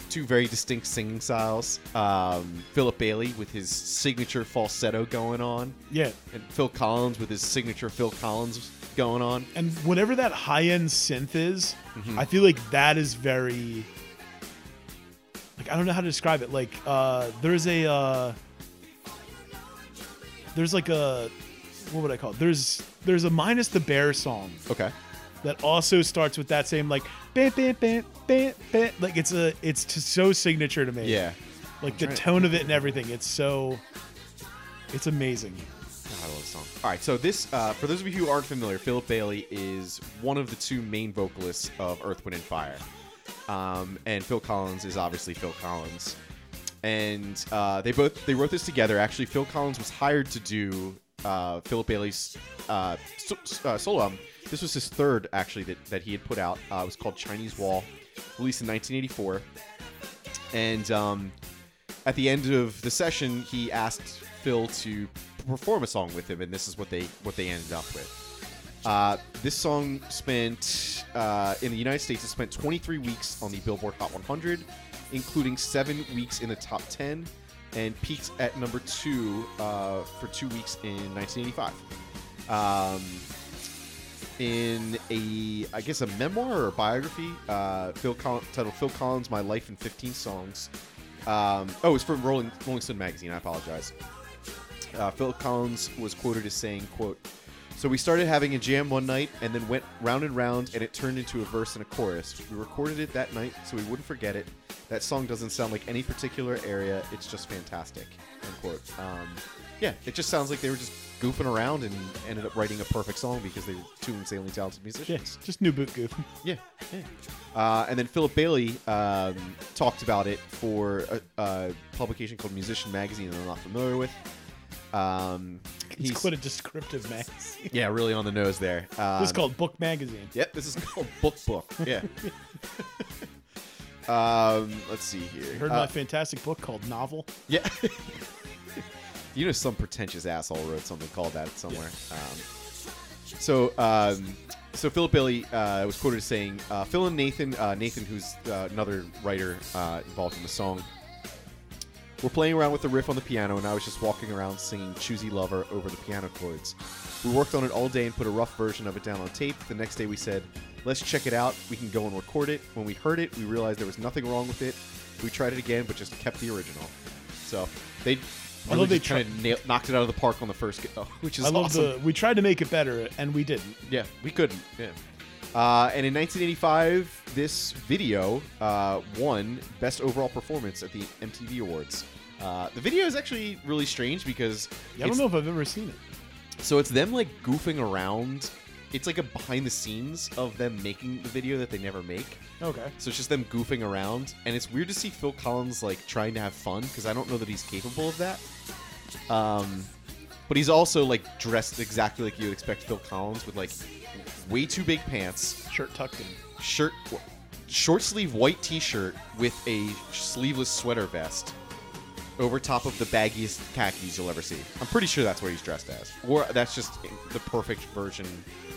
Speaker 1: two very distinct singing styles. Um, Philip Bailey with his signature falsetto going on,
Speaker 2: Yeah,
Speaker 1: and Phil Collins with his signature Phil Collins going on.
Speaker 2: and whatever that high end synth is,
Speaker 1: Mm-hmm.
Speaker 2: I feel like that is very like I don't know how to describe it. Like uh there's a uh there's like a what would I call it? There's there's a minus the bear song
Speaker 1: Okay.
Speaker 2: that also starts with that same like bam bam bam bam bam like it's a it's just so signature to me.
Speaker 1: Yeah.
Speaker 2: Like the
Speaker 1: trying to-
Speaker 2: tone of it and everything. It's so it's amazing.
Speaker 1: God, I love this song. All right, so this, uh, for those of you who aren't familiar, Philip Bailey is one of the two main vocalists of Earth, Wind, and Fire. Um, and Phil Collins is obviously Phil Collins. And uh, they both they wrote this together. Actually, Phil Collins was hired to do uh, Philip Bailey's uh, so, uh, solo album. This was his third, actually, that, that he had put out. Uh, it was called Chinese Wall, released in 1984. And um, at the end of the session, he asked Phil to perform a song with him, and this is what they what they ended up with. Uh, this song spent uh, in the United States. It spent 23 weeks on the Billboard Hot 100, including seven weeks in the top 10, and peaked at number two uh, for two weeks in 1985. Um, in a, I guess, a memoir or biography, uh, Phil Collins, titled "Phil Collins: My Life in 15 Songs." Um, oh, it's from Rolling Rolling Stone magazine. I apologize. Uh, Phil Collins was quoted as saying, "quote So we started having a jam one night, and then went round and round, and it turned into a verse and a chorus. We recorded it that night, so we wouldn't forget it. That song doesn't sound like any particular area. It's just fantastic." End quote. Um, yeah, it just sounds like they were just goofing around and ended up writing a perfect song because they were two insanely talented musicians.
Speaker 2: Yeah, just new boot goof.
Speaker 1: Yeah. yeah. Uh, and then Philip Bailey um, talked about it for a, a publication called Musician Magazine that I'm not familiar with. Um,
Speaker 2: It's
Speaker 1: he's-
Speaker 2: quite a descriptive magazine.
Speaker 1: yeah, really on the nose there. Um,
Speaker 2: It's called Book Magazine.
Speaker 1: Yep, this is called Book Book. Yeah. um, let's see here.
Speaker 2: You heard
Speaker 1: Uh,
Speaker 2: my fantastic book called Novel.
Speaker 1: Yeah. you know, some pretentious asshole wrote something called that somewhere. Um, so, um, so Philip Bailey uh, was quoted as saying, uh, "Phil and Nathan, uh, Nathan, who's uh, another writer uh, involved in the song, were playing around with the riff on the piano, and I was just walking around singing Choosy Lover over the piano chords. We worked on it all day and put a rough version of it down on tape. The next day we said, let's check it out. We can go and record it. When we heard it, we realized there was nothing wrong with it. We tried it again, but just kept the original. So they
Speaker 2: I
Speaker 1: really
Speaker 2: love they
Speaker 1: just kind of nailed, knocked it out of the park on the first go, which is
Speaker 2: I love
Speaker 1: awesome.
Speaker 2: the. We tried to make it better, and we didn't.
Speaker 1: Yeah, we couldn't. Yeah. Uh, and in 1985, this video uh, won Best Overall Performance at the MTV Awards. Uh, the video is actually really strange because
Speaker 2: Yeah, I don't
Speaker 1: it's-
Speaker 2: know if I've ever seen it.
Speaker 1: so it's them like goofing around. It's like a behind the scenes of them making the video that they never make.
Speaker 2: Okay.
Speaker 1: So it's just them goofing around, and it's weird to see Phil Collins like trying to have fun because I don't know that he's capable of that. Um, but he's also like dressed exactly like you would expect Phil Collins with like way too big pants,
Speaker 2: Shirt tucked in.
Speaker 1: shirt, short sleeve white T-shirt with a sleeveless sweater vest over top of the baggiest khakis you'll ever see. I'm pretty sure that's what he's dressed as, or that's just the perfect version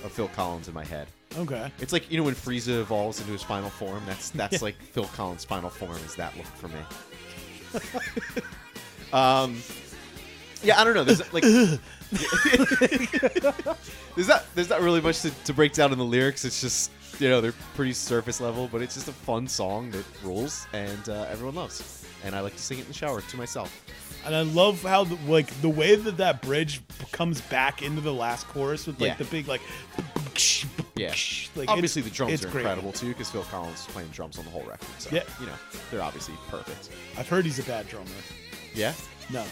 Speaker 1: of Phil Collins in my head.
Speaker 2: Okay.
Speaker 1: It's like you know when Frieza evolves into his final form. That's that's like Phil Collins' final form is that look for me. um, yeah, I don't know. There's like there's not there's not really much to, to break down in the lyrics. It's just you know they're pretty surface level, but it's just a fun song that rules and uh, everyone loves. And I like to sing it in the shower to myself.
Speaker 2: And I love how the, like the way that that bridge comes back into the last chorus with like
Speaker 1: Yeah.
Speaker 2: the big like
Speaker 1: Yeah.
Speaker 2: like
Speaker 1: obviously
Speaker 2: it's-
Speaker 1: the drums
Speaker 2: it's
Speaker 1: are
Speaker 2: great.
Speaker 1: incredible too because Phil Collins is playing drums on the whole record. So
Speaker 2: Yeah.
Speaker 1: you know they're obviously perfect.
Speaker 2: I've heard he's a bad drummer.
Speaker 1: Yeah,
Speaker 2: No,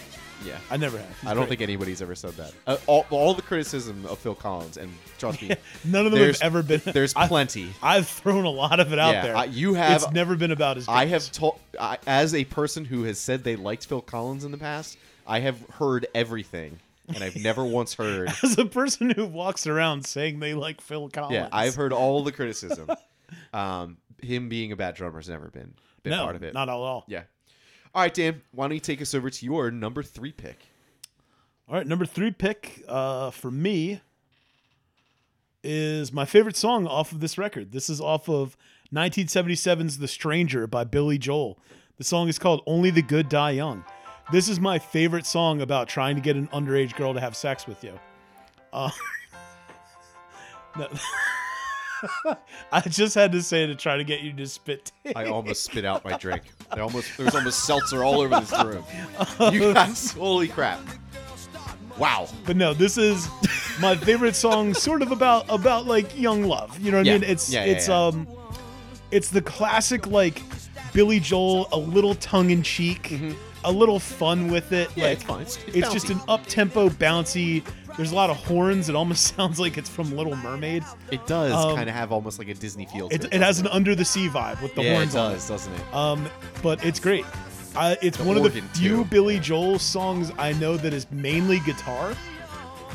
Speaker 1: yeah.
Speaker 2: I never have. He's
Speaker 1: I don't
Speaker 2: great.
Speaker 1: think anybody's ever said that. Uh, all, all the criticism of Phil Collins, and trust me,
Speaker 2: none of them have
Speaker 1: there's-
Speaker 2: ever been.
Speaker 1: there's
Speaker 2: I-
Speaker 1: plenty.
Speaker 2: I've thrown a lot of it out
Speaker 1: Yeah,
Speaker 2: there.
Speaker 1: I- you have-
Speaker 2: It's never been about his.
Speaker 1: I
Speaker 2: drums.
Speaker 1: have told, I- as a person who has said they liked Phil Collins in the past, I have heard everything, and I've never once heard.
Speaker 2: as a person who walks around saying they like Phil Collins.
Speaker 1: Yeah, I've heard all the criticism. Um, him being a bad drummer's never been been
Speaker 2: no,
Speaker 1: part of it.
Speaker 2: not at all.
Speaker 1: yeah. All right, Dan. Why don't you take us over to your number three pick?
Speaker 2: All right, number three pick uh, for me is my favorite song off of this record. This is off of 1977's The Stranger by Billy Joel. The song is called Only the Good Die Young. This is my favorite song about trying to get an underage girl to have sex with you. Uh, no. I just had to say to try to get you to spit. take.
Speaker 1: I almost spit out my drink. I almost there was almost seltzer all over this room. You guys, holy crap! Wow.
Speaker 2: But no, this is my favorite song, sort of about about like young love. You know what
Speaker 1: Yeah.
Speaker 2: I mean? It's
Speaker 1: Yeah, yeah,
Speaker 2: it's
Speaker 1: yeah.
Speaker 2: um, it's the classic like Billy Joel, a little tongue in cheek, a little fun with it.
Speaker 1: Mm-hmm. Yeah,
Speaker 2: like
Speaker 1: it's fine. It's, it's
Speaker 2: it's just
Speaker 1: bouncy.
Speaker 2: an up tempo, bouncy. There's a lot of horns. It almost sounds like it's from Little Mermaid.
Speaker 1: It does
Speaker 2: um,
Speaker 1: kind of have almost like a Disney feel. To
Speaker 2: It,
Speaker 1: it,
Speaker 2: it has an under the sea vibe with the
Speaker 1: yeah, it
Speaker 2: horns on it.
Speaker 1: does, doesn't it?
Speaker 2: Um, but it's great. I, it's
Speaker 1: The
Speaker 2: one of the
Speaker 1: organ,
Speaker 2: few
Speaker 1: too.
Speaker 2: Billy Joel songs I know that is mainly guitar.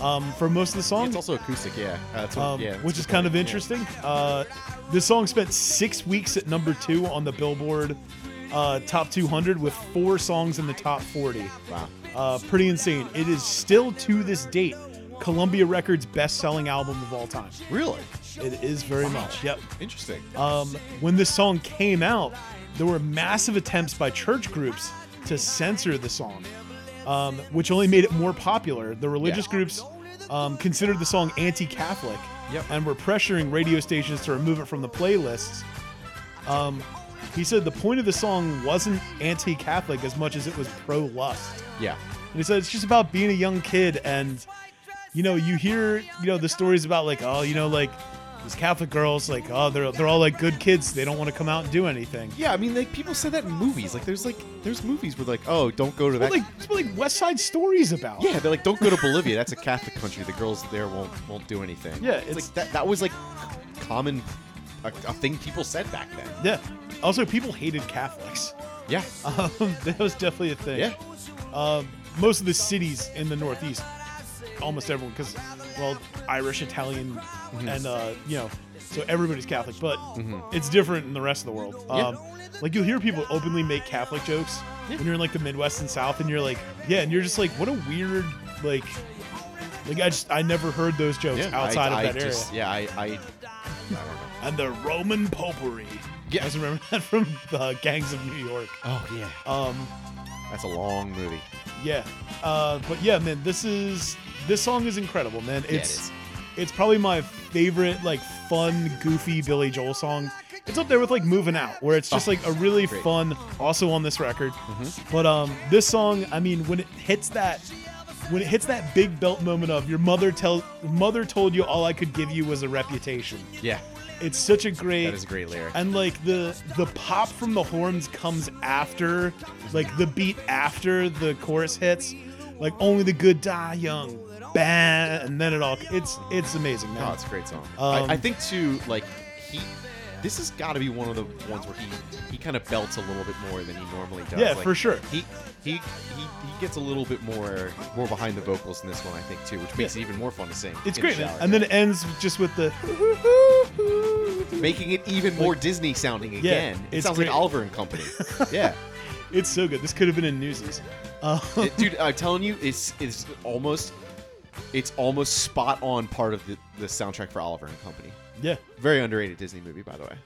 Speaker 2: Um, for most of the song,
Speaker 1: it's also acoustic. Yeah, Uh, that's what,
Speaker 2: um,
Speaker 1: yeah, that's
Speaker 2: which
Speaker 1: a
Speaker 2: is
Speaker 1: good
Speaker 2: kind
Speaker 1: point,
Speaker 2: of
Speaker 1: yeah.
Speaker 2: interesting. Uh, this song spent six weeks at number two on the Billboard uh, Top 200 with four songs in the top 40.
Speaker 1: Wow.
Speaker 2: Uh, pretty insane. It is still to this date Columbia Records' best-selling album of all time.
Speaker 1: Really
Speaker 2: It is very much. Yep.
Speaker 1: interesting.
Speaker 2: Um, when this song came out, there were massive attempts by church groups to censor the song, um, which only made it more popular. The religious
Speaker 1: Yeah.
Speaker 2: groups um, considered the song anti Catholic
Speaker 1: Yep.
Speaker 2: and were pressuring radio stations to remove it from the playlists. Um, he said the point of the song wasn't anti Catholic as much as it was pro lust.
Speaker 1: Yeah,
Speaker 2: And he said it's just about being a young kid and you know, you hear, you know, the stories about like, oh, you know, like these Catholic girls, like, oh, they're they're all like good kids. They don't want to come out and do anything.
Speaker 1: yeah. I mean, like people say that in movies. Like there's like there's movies where like oh don't go to
Speaker 2: Well,
Speaker 1: that.
Speaker 2: like, it's what, like West Side Stories about.
Speaker 1: yeah, they're like don't go to Bolivia. That's a Catholic country. The girls there won't won't do anything.
Speaker 2: Yeah,
Speaker 1: it's,
Speaker 2: it's-
Speaker 1: like that. That was like common a, a thing people said back then.
Speaker 2: Yeah. Also, people hated Catholics.
Speaker 1: Yeah,
Speaker 2: Um, that was definitely a thing.
Speaker 1: yeah.
Speaker 2: Um, most of the cities in the Northeast, almost everyone, because well, Irish, Italian,
Speaker 1: Mm-hmm.
Speaker 2: and uh, you know, so everybody's Catholic, but it's different in the rest of the world.
Speaker 1: Yeah.
Speaker 2: Um, Like you'll hear people openly make Catholic jokes when you're in like the Midwest and South, and you're like, yeah, and you're just like, what a weird like. Like I just I never heard those jokes
Speaker 1: yeah.
Speaker 2: outside
Speaker 1: I,
Speaker 2: of that
Speaker 1: I
Speaker 2: area.
Speaker 1: just, Yeah, I, I, I don't know.
Speaker 2: And the Roman popery.
Speaker 1: Yeah.
Speaker 2: I just remember that from the Gangs of New York.
Speaker 1: Oh yeah,
Speaker 2: Um,
Speaker 1: that's a long movie.
Speaker 2: Yeah. Uh, but yeah, man, this is this song is incredible, man. It's
Speaker 1: it is.
Speaker 2: it's probably my favorite like fun, goofy Billy Joel song. It's up there with like Moving Out, where it's just
Speaker 1: Oh,
Speaker 2: like a really
Speaker 1: great. Mm-hmm.
Speaker 2: fun also on this record. But um this song, I mean, when it hits that when it hits that big belt moment of your mother tell mother told you all I could give you was a reputation.
Speaker 1: Yeah.
Speaker 2: It's such a great
Speaker 1: That is a great lyric.
Speaker 2: and like the the pop from the horns comes after like the beat after the chorus hits like only the good die young bah, and then it all it's it's amazing
Speaker 1: Oh,
Speaker 2: man
Speaker 1: it's a great song.
Speaker 2: Um,
Speaker 1: I, I think too, like he, this has got to be one of the ones where he he kind of belts a little bit more than he normally does.
Speaker 2: Yeah,
Speaker 1: Like,
Speaker 2: for sure.
Speaker 1: He he he he gets a little bit more more behind the vocals in this one, I think too, which makes it even more fun to sing.
Speaker 2: it's
Speaker 1: in the
Speaker 2: great man
Speaker 1: shower.
Speaker 2: and then it ends just with the
Speaker 1: making it even more Disney sounding again. it
Speaker 2: it's
Speaker 1: sounds
Speaker 2: great.
Speaker 1: like Oliver and Company. yeah,
Speaker 2: it's so good this could have been in newsies uh,
Speaker 1: It- dude, I'm telling you, it's it's almost it's almost spot on part of the, the soundtrack for Oliver and Company.
Speaker 2: yeah
Speaker 1: Very underrated Disney movie, by the way.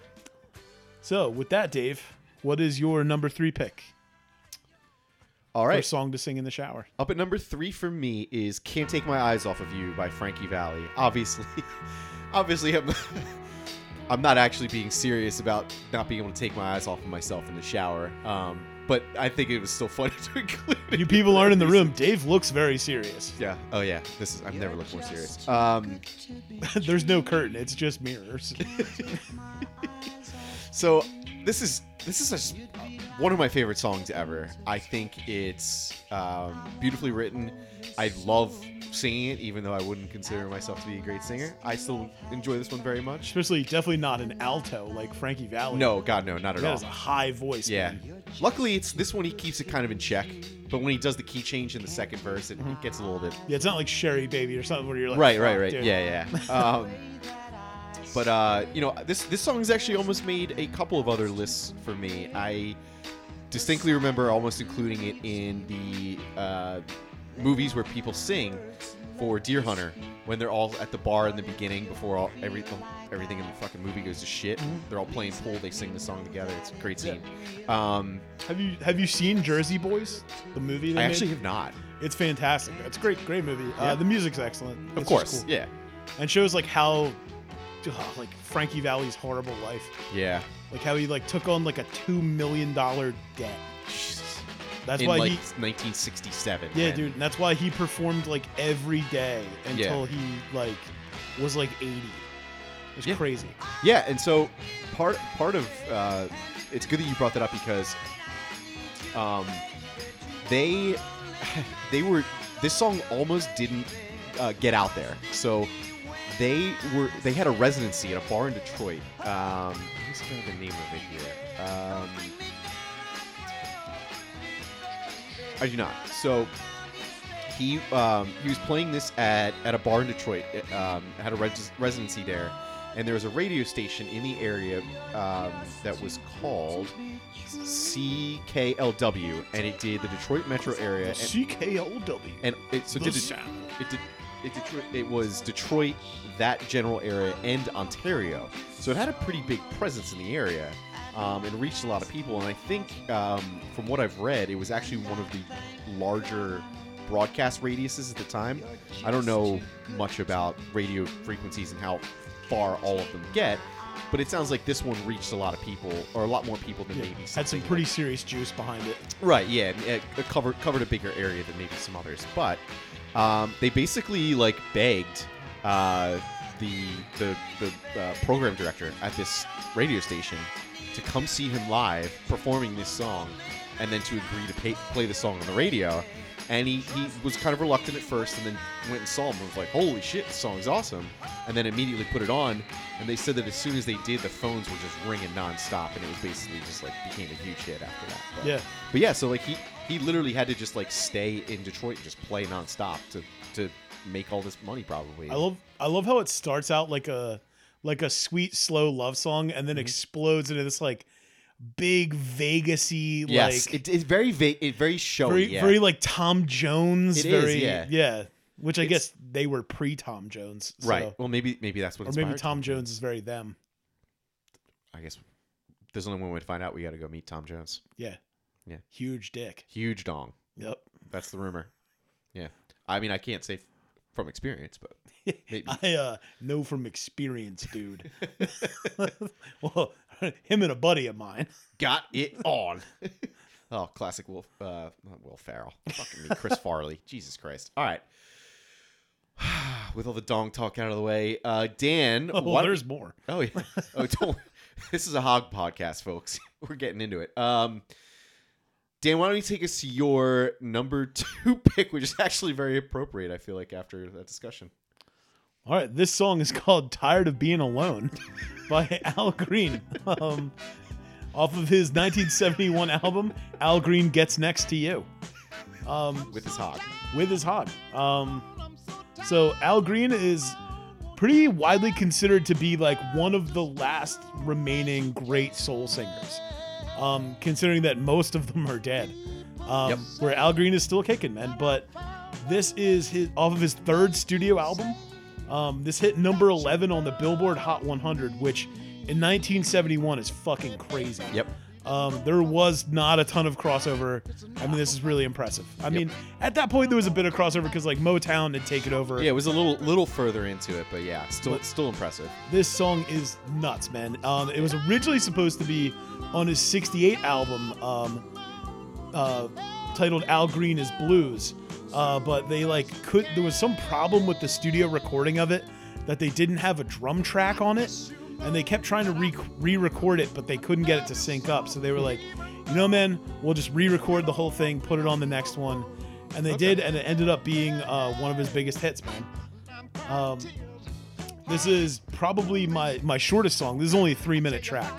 Speaker 2: so with that dave what is your number three pick
Speaker 1: All
Speaker 2: for
Speaker 1: right,
Speaker 2: song to sing in the shower
Speaker 1: Up at number three for me is "Can't Take My Eyes Off of You" by Frankie Valley. Obviously, obviously, I'm, I'm not actually being serious about not being able to take my eyes off of myself in the shower. Um, but I think it was still funny to include. It.
Speaker 2: you people aren't in the room dave looks very serious
Speaker 1: Yeah. Oh yeah. This is. I've never looked more serious. Um,
Speaker 2: there's no curtain it's just mirrors
Speaker 1: so this is this is a s one of my favorite songs ever. I think it's um, beautifully written. I love singing it, even though I wouldn't consider myself to be a great singer. I still enjoy this one very much.
Speaker 2: Especially, definitely not an alto like Frankie Valley.
Speaker 1: No, God, no, not at
Speaker 2: that
Speaker 1: all.
Speaker 2: is a high voice.
Speaker 1: yeah.
Speaker 2: man.
Speaker 1: Luckily, it's this one. He keeps it kind of in check, but when he does the key change in the second verse, it gets a little bit.
Speaker 2: yeah, it's not like Sherry Baby or something where you're like,
Speaker 1: Right, right,
Speaker 2: "Fuck,
Speaker 1: right.
Speaker 2: dude."
Speaker 1: Yeah, yeah. Um, but uh, you know, this this song's actually almost made a couple of other lists for me. I distinctly remember almost including it in the uh, movies where people sing for Deer Hunter when they're all at the bar in the beginning before all every, everything in the fucking movie goes to shit.
Speaker 2: Mm-hmm.
Speaker 1: They're all playing pool. They sing the song together. It's a great scene. Um,
Speaker 2: Have you have you seen Jersey Boys, the movie? They
Speaker 1: I
Speaker 2: made?
Speaker 1: actually have not.
Speaker 2: it's fantastic. It's a great, great movie.
Speaker 1: Yeah.
Speaker 2: Uh, the music's excellent. It's
Speaker 1: Of
Speaker 2: just
Speaker 1: course.
Speaker 2: cool.
Speaker 1: Yeah.
Speaker 2: and shows like how, ugh, like Frankie Valley's horrible life,
Speaker 1: Yeah.
Speaker 2: like how he like took on like a two million dollar debt.
Speaker 1: Jesus.
Speaker 2: That's
Speaker 1: in
Speaker 2: why
Speaker 1: like
Speaker 2: he
Speaker 1: 1967.
Speaker 2: Yeah,
Speaker 1: man.
Speaker 2: dude, and that's why he performed like every day until he like was like 80. It's
Speaker 1: Yeah.
Speaker 2: crazy.
Speaker 1: Yeah, and so part part of uh, it's good that you brought that up because um, they they were this song almost didn't uh, get out there. So they were they had a residency at a bar in Detroit. Um, what's kind of the name of it here? Um, I do not. So he um, he was playing this at at a bar in Detroit. It, Um, had a res- residency there, and there was a radio station in the area um, that was called CKLW, and it did the Detroit metro area. and-
Speaker 2: CKOW.
Speaker 1: and it so
Speaker 2: The
Speaker 1: did it,
Speaker 2: sound.
Speaker 1: it did it, Detroit, it was Detroit, that general area, and Ontario. So it had a pretty big presence in the area, um, and reached a lot of people. And I think, um, from what I've read, it was actually one of the larger broadcast radiuses at the time. I don't know much about radio frequencies and how far all of them get, but it sounds like this one reached a lot of people, or a lot more people than
Speaker 2: Yeah,
Speaker 1: maybe
Speaker 2: had some
Speaker 1: something
Speaker 2: pretty serious juice behind it.
Speaker 1: Right. Yeah. and It, it covered covered a bigger area than maybe some others, but um, they basically like begged uh, the the the uh, program director at this radio station to come see him live performing this song, and then to agree to pay, play the song on the radio. And he, he was kind of reluctant at first, and then went and saw him and was like, "Holy shit, this song's awesome!" And then immediately put it on. And they said that as soon as they did, the phones were just ringing nonstop, and it was basically just like became a huge hit after that. But-
Speaker 2: Yeah.
Speaker 1: but yeah, so like he he literally had to just like stay in Detroit and just play nonstop to to make all this money probably.
Speaker 2: I love I love how it starts out like a like a sweet slow love song and then
Speaker 1: Mm-hmm.
Speaker 2: explodes into this like big Vegasy
Speaker 1: yes,
Speaker 2: like
Speaker 1: it, it's very va- it very showy.
Speaker 2: very
Speaker 1: yeah.
Speaker 2: very like Tom Jones
Speaker 1: It is,
Speaker 2: very
Speaker 1: yeah.
Speaker 2: which I
Speaker 1: It's-
Speaker 2: guess they were pre Tom Jones so-
Speaker 1: right. Well, maybe maybe that's what.
Speaker 2: or maybe
Speaker 1: inspired
Speaker 2: Tom Jones is very them
Speaker 1: I guess there's only one way to find out. We got to go meet Tom Jones.
Speaker 2: yeah
Speaker 1: Yeah.
Speaker 2: huge dick
Speaker 1: Huge dong.
Speaker 2: yep
Speaker 1: That's the rumor. Yeah. I mean, I can't say f- from experience, but maybe.
Speaker 2: I uh, know from experience, dude. well, him and a buddy of mine.
Speaker 1: got it on. oh, classic Will uh, not Will Farrell. Fucking me, Chris Farley. Jesus Christ. All right. with all the dong talk out of the way, uh, Dan,
Speaker 2: Oh,
Speaker 1: why don't-
Speaker 2: there's more.
Speaker 1: Oh yeah. Oh, don't. this is a hog podcast, folks. We're getting into it. Um, Dan, why don't you take us to your number two pick, which is actually very appropriate. I feel like after that discussion.
Speaker 2: All right, this song is called "Tired of Being Alone" by Al Green, um, off of his 1971 album "Al Green Gets Next to You," um,
Speaker 1: With his hog.
Speaker 2: with his hog. Um, so Al Green is pretty widely considered to be like one of the last remaining great soul singers, um, considering that most of them are dead. Um,
Speaker 1: Yep.
Speaker 2: Where Al Green is still kicking, man. But this is his off of his third studio album. Um, this hit number 11 on the Billboard Hot 100, which in 1971 is fucking crazy.
Speaker 1: Yep.
Speaker 2: Um, there was not a ton of crossover. I mean, this is really impressive. I mean, at that point there was a bit of crossover because like Motown had taken over.
Speaker 1: Yeah, it was a little little further into it, but yeah, still still impressive.
Speaker 2: This song is nuts, man. Um, it was originally supposed to be on his '68 album, um, uh, titled "Al Green Is Blues," uh, but they like could. There was some problem with the studio recording of it that they didn't have a drum track on it, and they kept trying to re- re-record it, but they couldn't get it to sync up. So they were like, "You know, man, we'll just re-record the whole thing, put it on the next one," and they did, and it ended up being uh, one of his biggest hits, man. Um, this is probably my my shortest song. This is only a three minute track,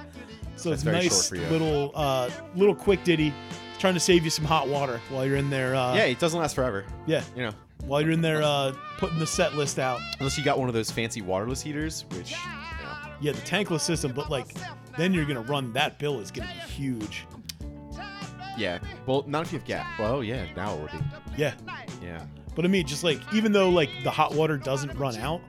Speaker 2: so it's
Speaker 1: very
Speaker 2: nice
Speaker 1: short for you.
Speaker 2: little uh, little quick ditty, trying to save you some hot water while you're in there. Uh,
Speaker 1: yeah, it doesn't last forever.
Speaker 2: yeah,
Speaker 1: You know,
Speaker 2: While you're in there uh, putting the set list out.
Speaker 1: unless you got one of those fancy waterless heaters, which you know,
Speaker 2: Yeah, the tankless system, but like then you're gonna run that bill is gonna be huge.
Speaker 1: yeah, well, not if you have gas. Well, yeah, now it would be.
Speaker 2: Yeah,
Speaker 1: Yeah,
Speaker 2: but I mean, just like even though like the hot water doesn't run out,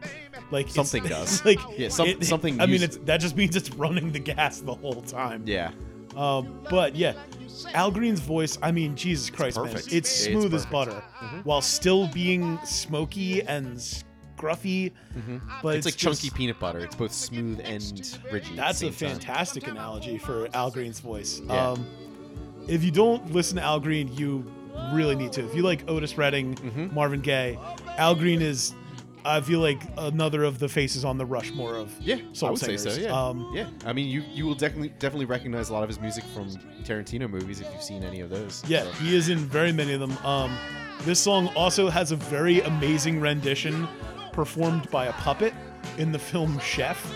Speaker 2: like it's-
Speaker 1: Something does.
Speaker 2: like
Speaker 1: Yeah, some- something
Speaker 2: I mean,
Speaker 1: uses
Speaker 2: it's, that just means it's running the gas the whole time.
Speaker 1: yeah.
Speaker 2: Um, but yeah, Al Green's voice, I mean, Jesus Christ, man.
Speaker 1: perfect.
Speaker 2: It's
Speaker 1: It's
Speaker 2: smooth as
Speaker 1: perfect. Mm-hmm.
Speaker 2: butter while still being smoky and scruffy. But
Speaker 1: Mm-hmm. It's, like
Speaker 2: just-
Speaker 1: chunky peanut butter. It's both smooth and rigid. at
Speaker 2: That's
Speaker 1: the
Speaker 2: a
Speaker 1: same time.
Speaker 2: fantastic analogy for Al Green's voice.
Speaker 1: Yeah.
Speaker 2: Um, if you don't listen to Al Green, you really need to. If you like Otis Redding,
Speaker 1: Mm-hmm.
Speaker 2: Marvin Gaye, Al Green is, I feel like, another of the faces on the Rushmore of
Speaker 1: Yeah,
Speaker 2: soul
Speaker 1: I would
Speaker 2: singers.
Speaker 1: say so. Yeah,
Speaker 2: Um,
Speaker 1: yeah. I mean, you you will definitely definitely recognize a lot of his music from Tarantino movies if you've seen any of those.
Speaker 2: Yeah,
Speaker 1: so.
Speaker 2: he is in very many of them. Um, this song also has a very amazing rendition performed by a puppet in the film Chef.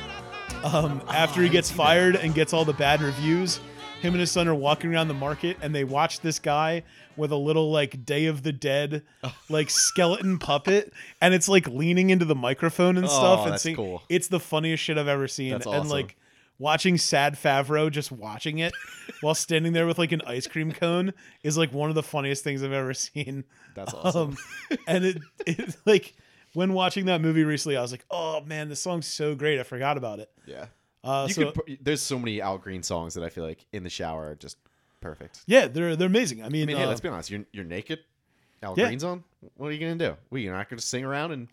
Speaker 2: Um, after
Speaker 1: Ah,
Speaker 2: he gets fired and gets all the bad reviews, him and his son are walking around the market and they watch this guy with a little like Day of the Dead like skeleton puppet, and it's like leaning into the microphone and stuff
Speaker 1: Oh,
Speaker 2: and
Speaker 1: that's
Speaker 2: singing.
Speaker 1: cool.
Speaker 2: It's the funniest shit I've ever seen.
Speaker 1: That's
Speaker 2: And
Speaker 1: awesome.
Speaker 2: like watching Sad Favreau just watching it while standing there with like an ice cream cone is like one of the funniest things I've ever seen.
Speaker 1: That's awesome.
Speaker 2: Um, and it, it like when watching that movie recently, I was like, oh man, this song's so great. I forgot about it.
Speaker 1: yeah.
Speaker 2: Uh,
Speaker 1: You
Speaker 2: so,
Speaker 1: could. put- There's so many Al Green songs that I feel like in the shower are just perfect.
Speaker 2: yeah, they're they're amazing. I mean,
Speaker 1: I mean, hey,
Speaker 2: uh,
Speaker 1: let's be honest. You're you're naked. Al
Speaker 2: Yeah.
Speaker 1: Green's on. What are you gonna do? Well, you're not gonna sing around and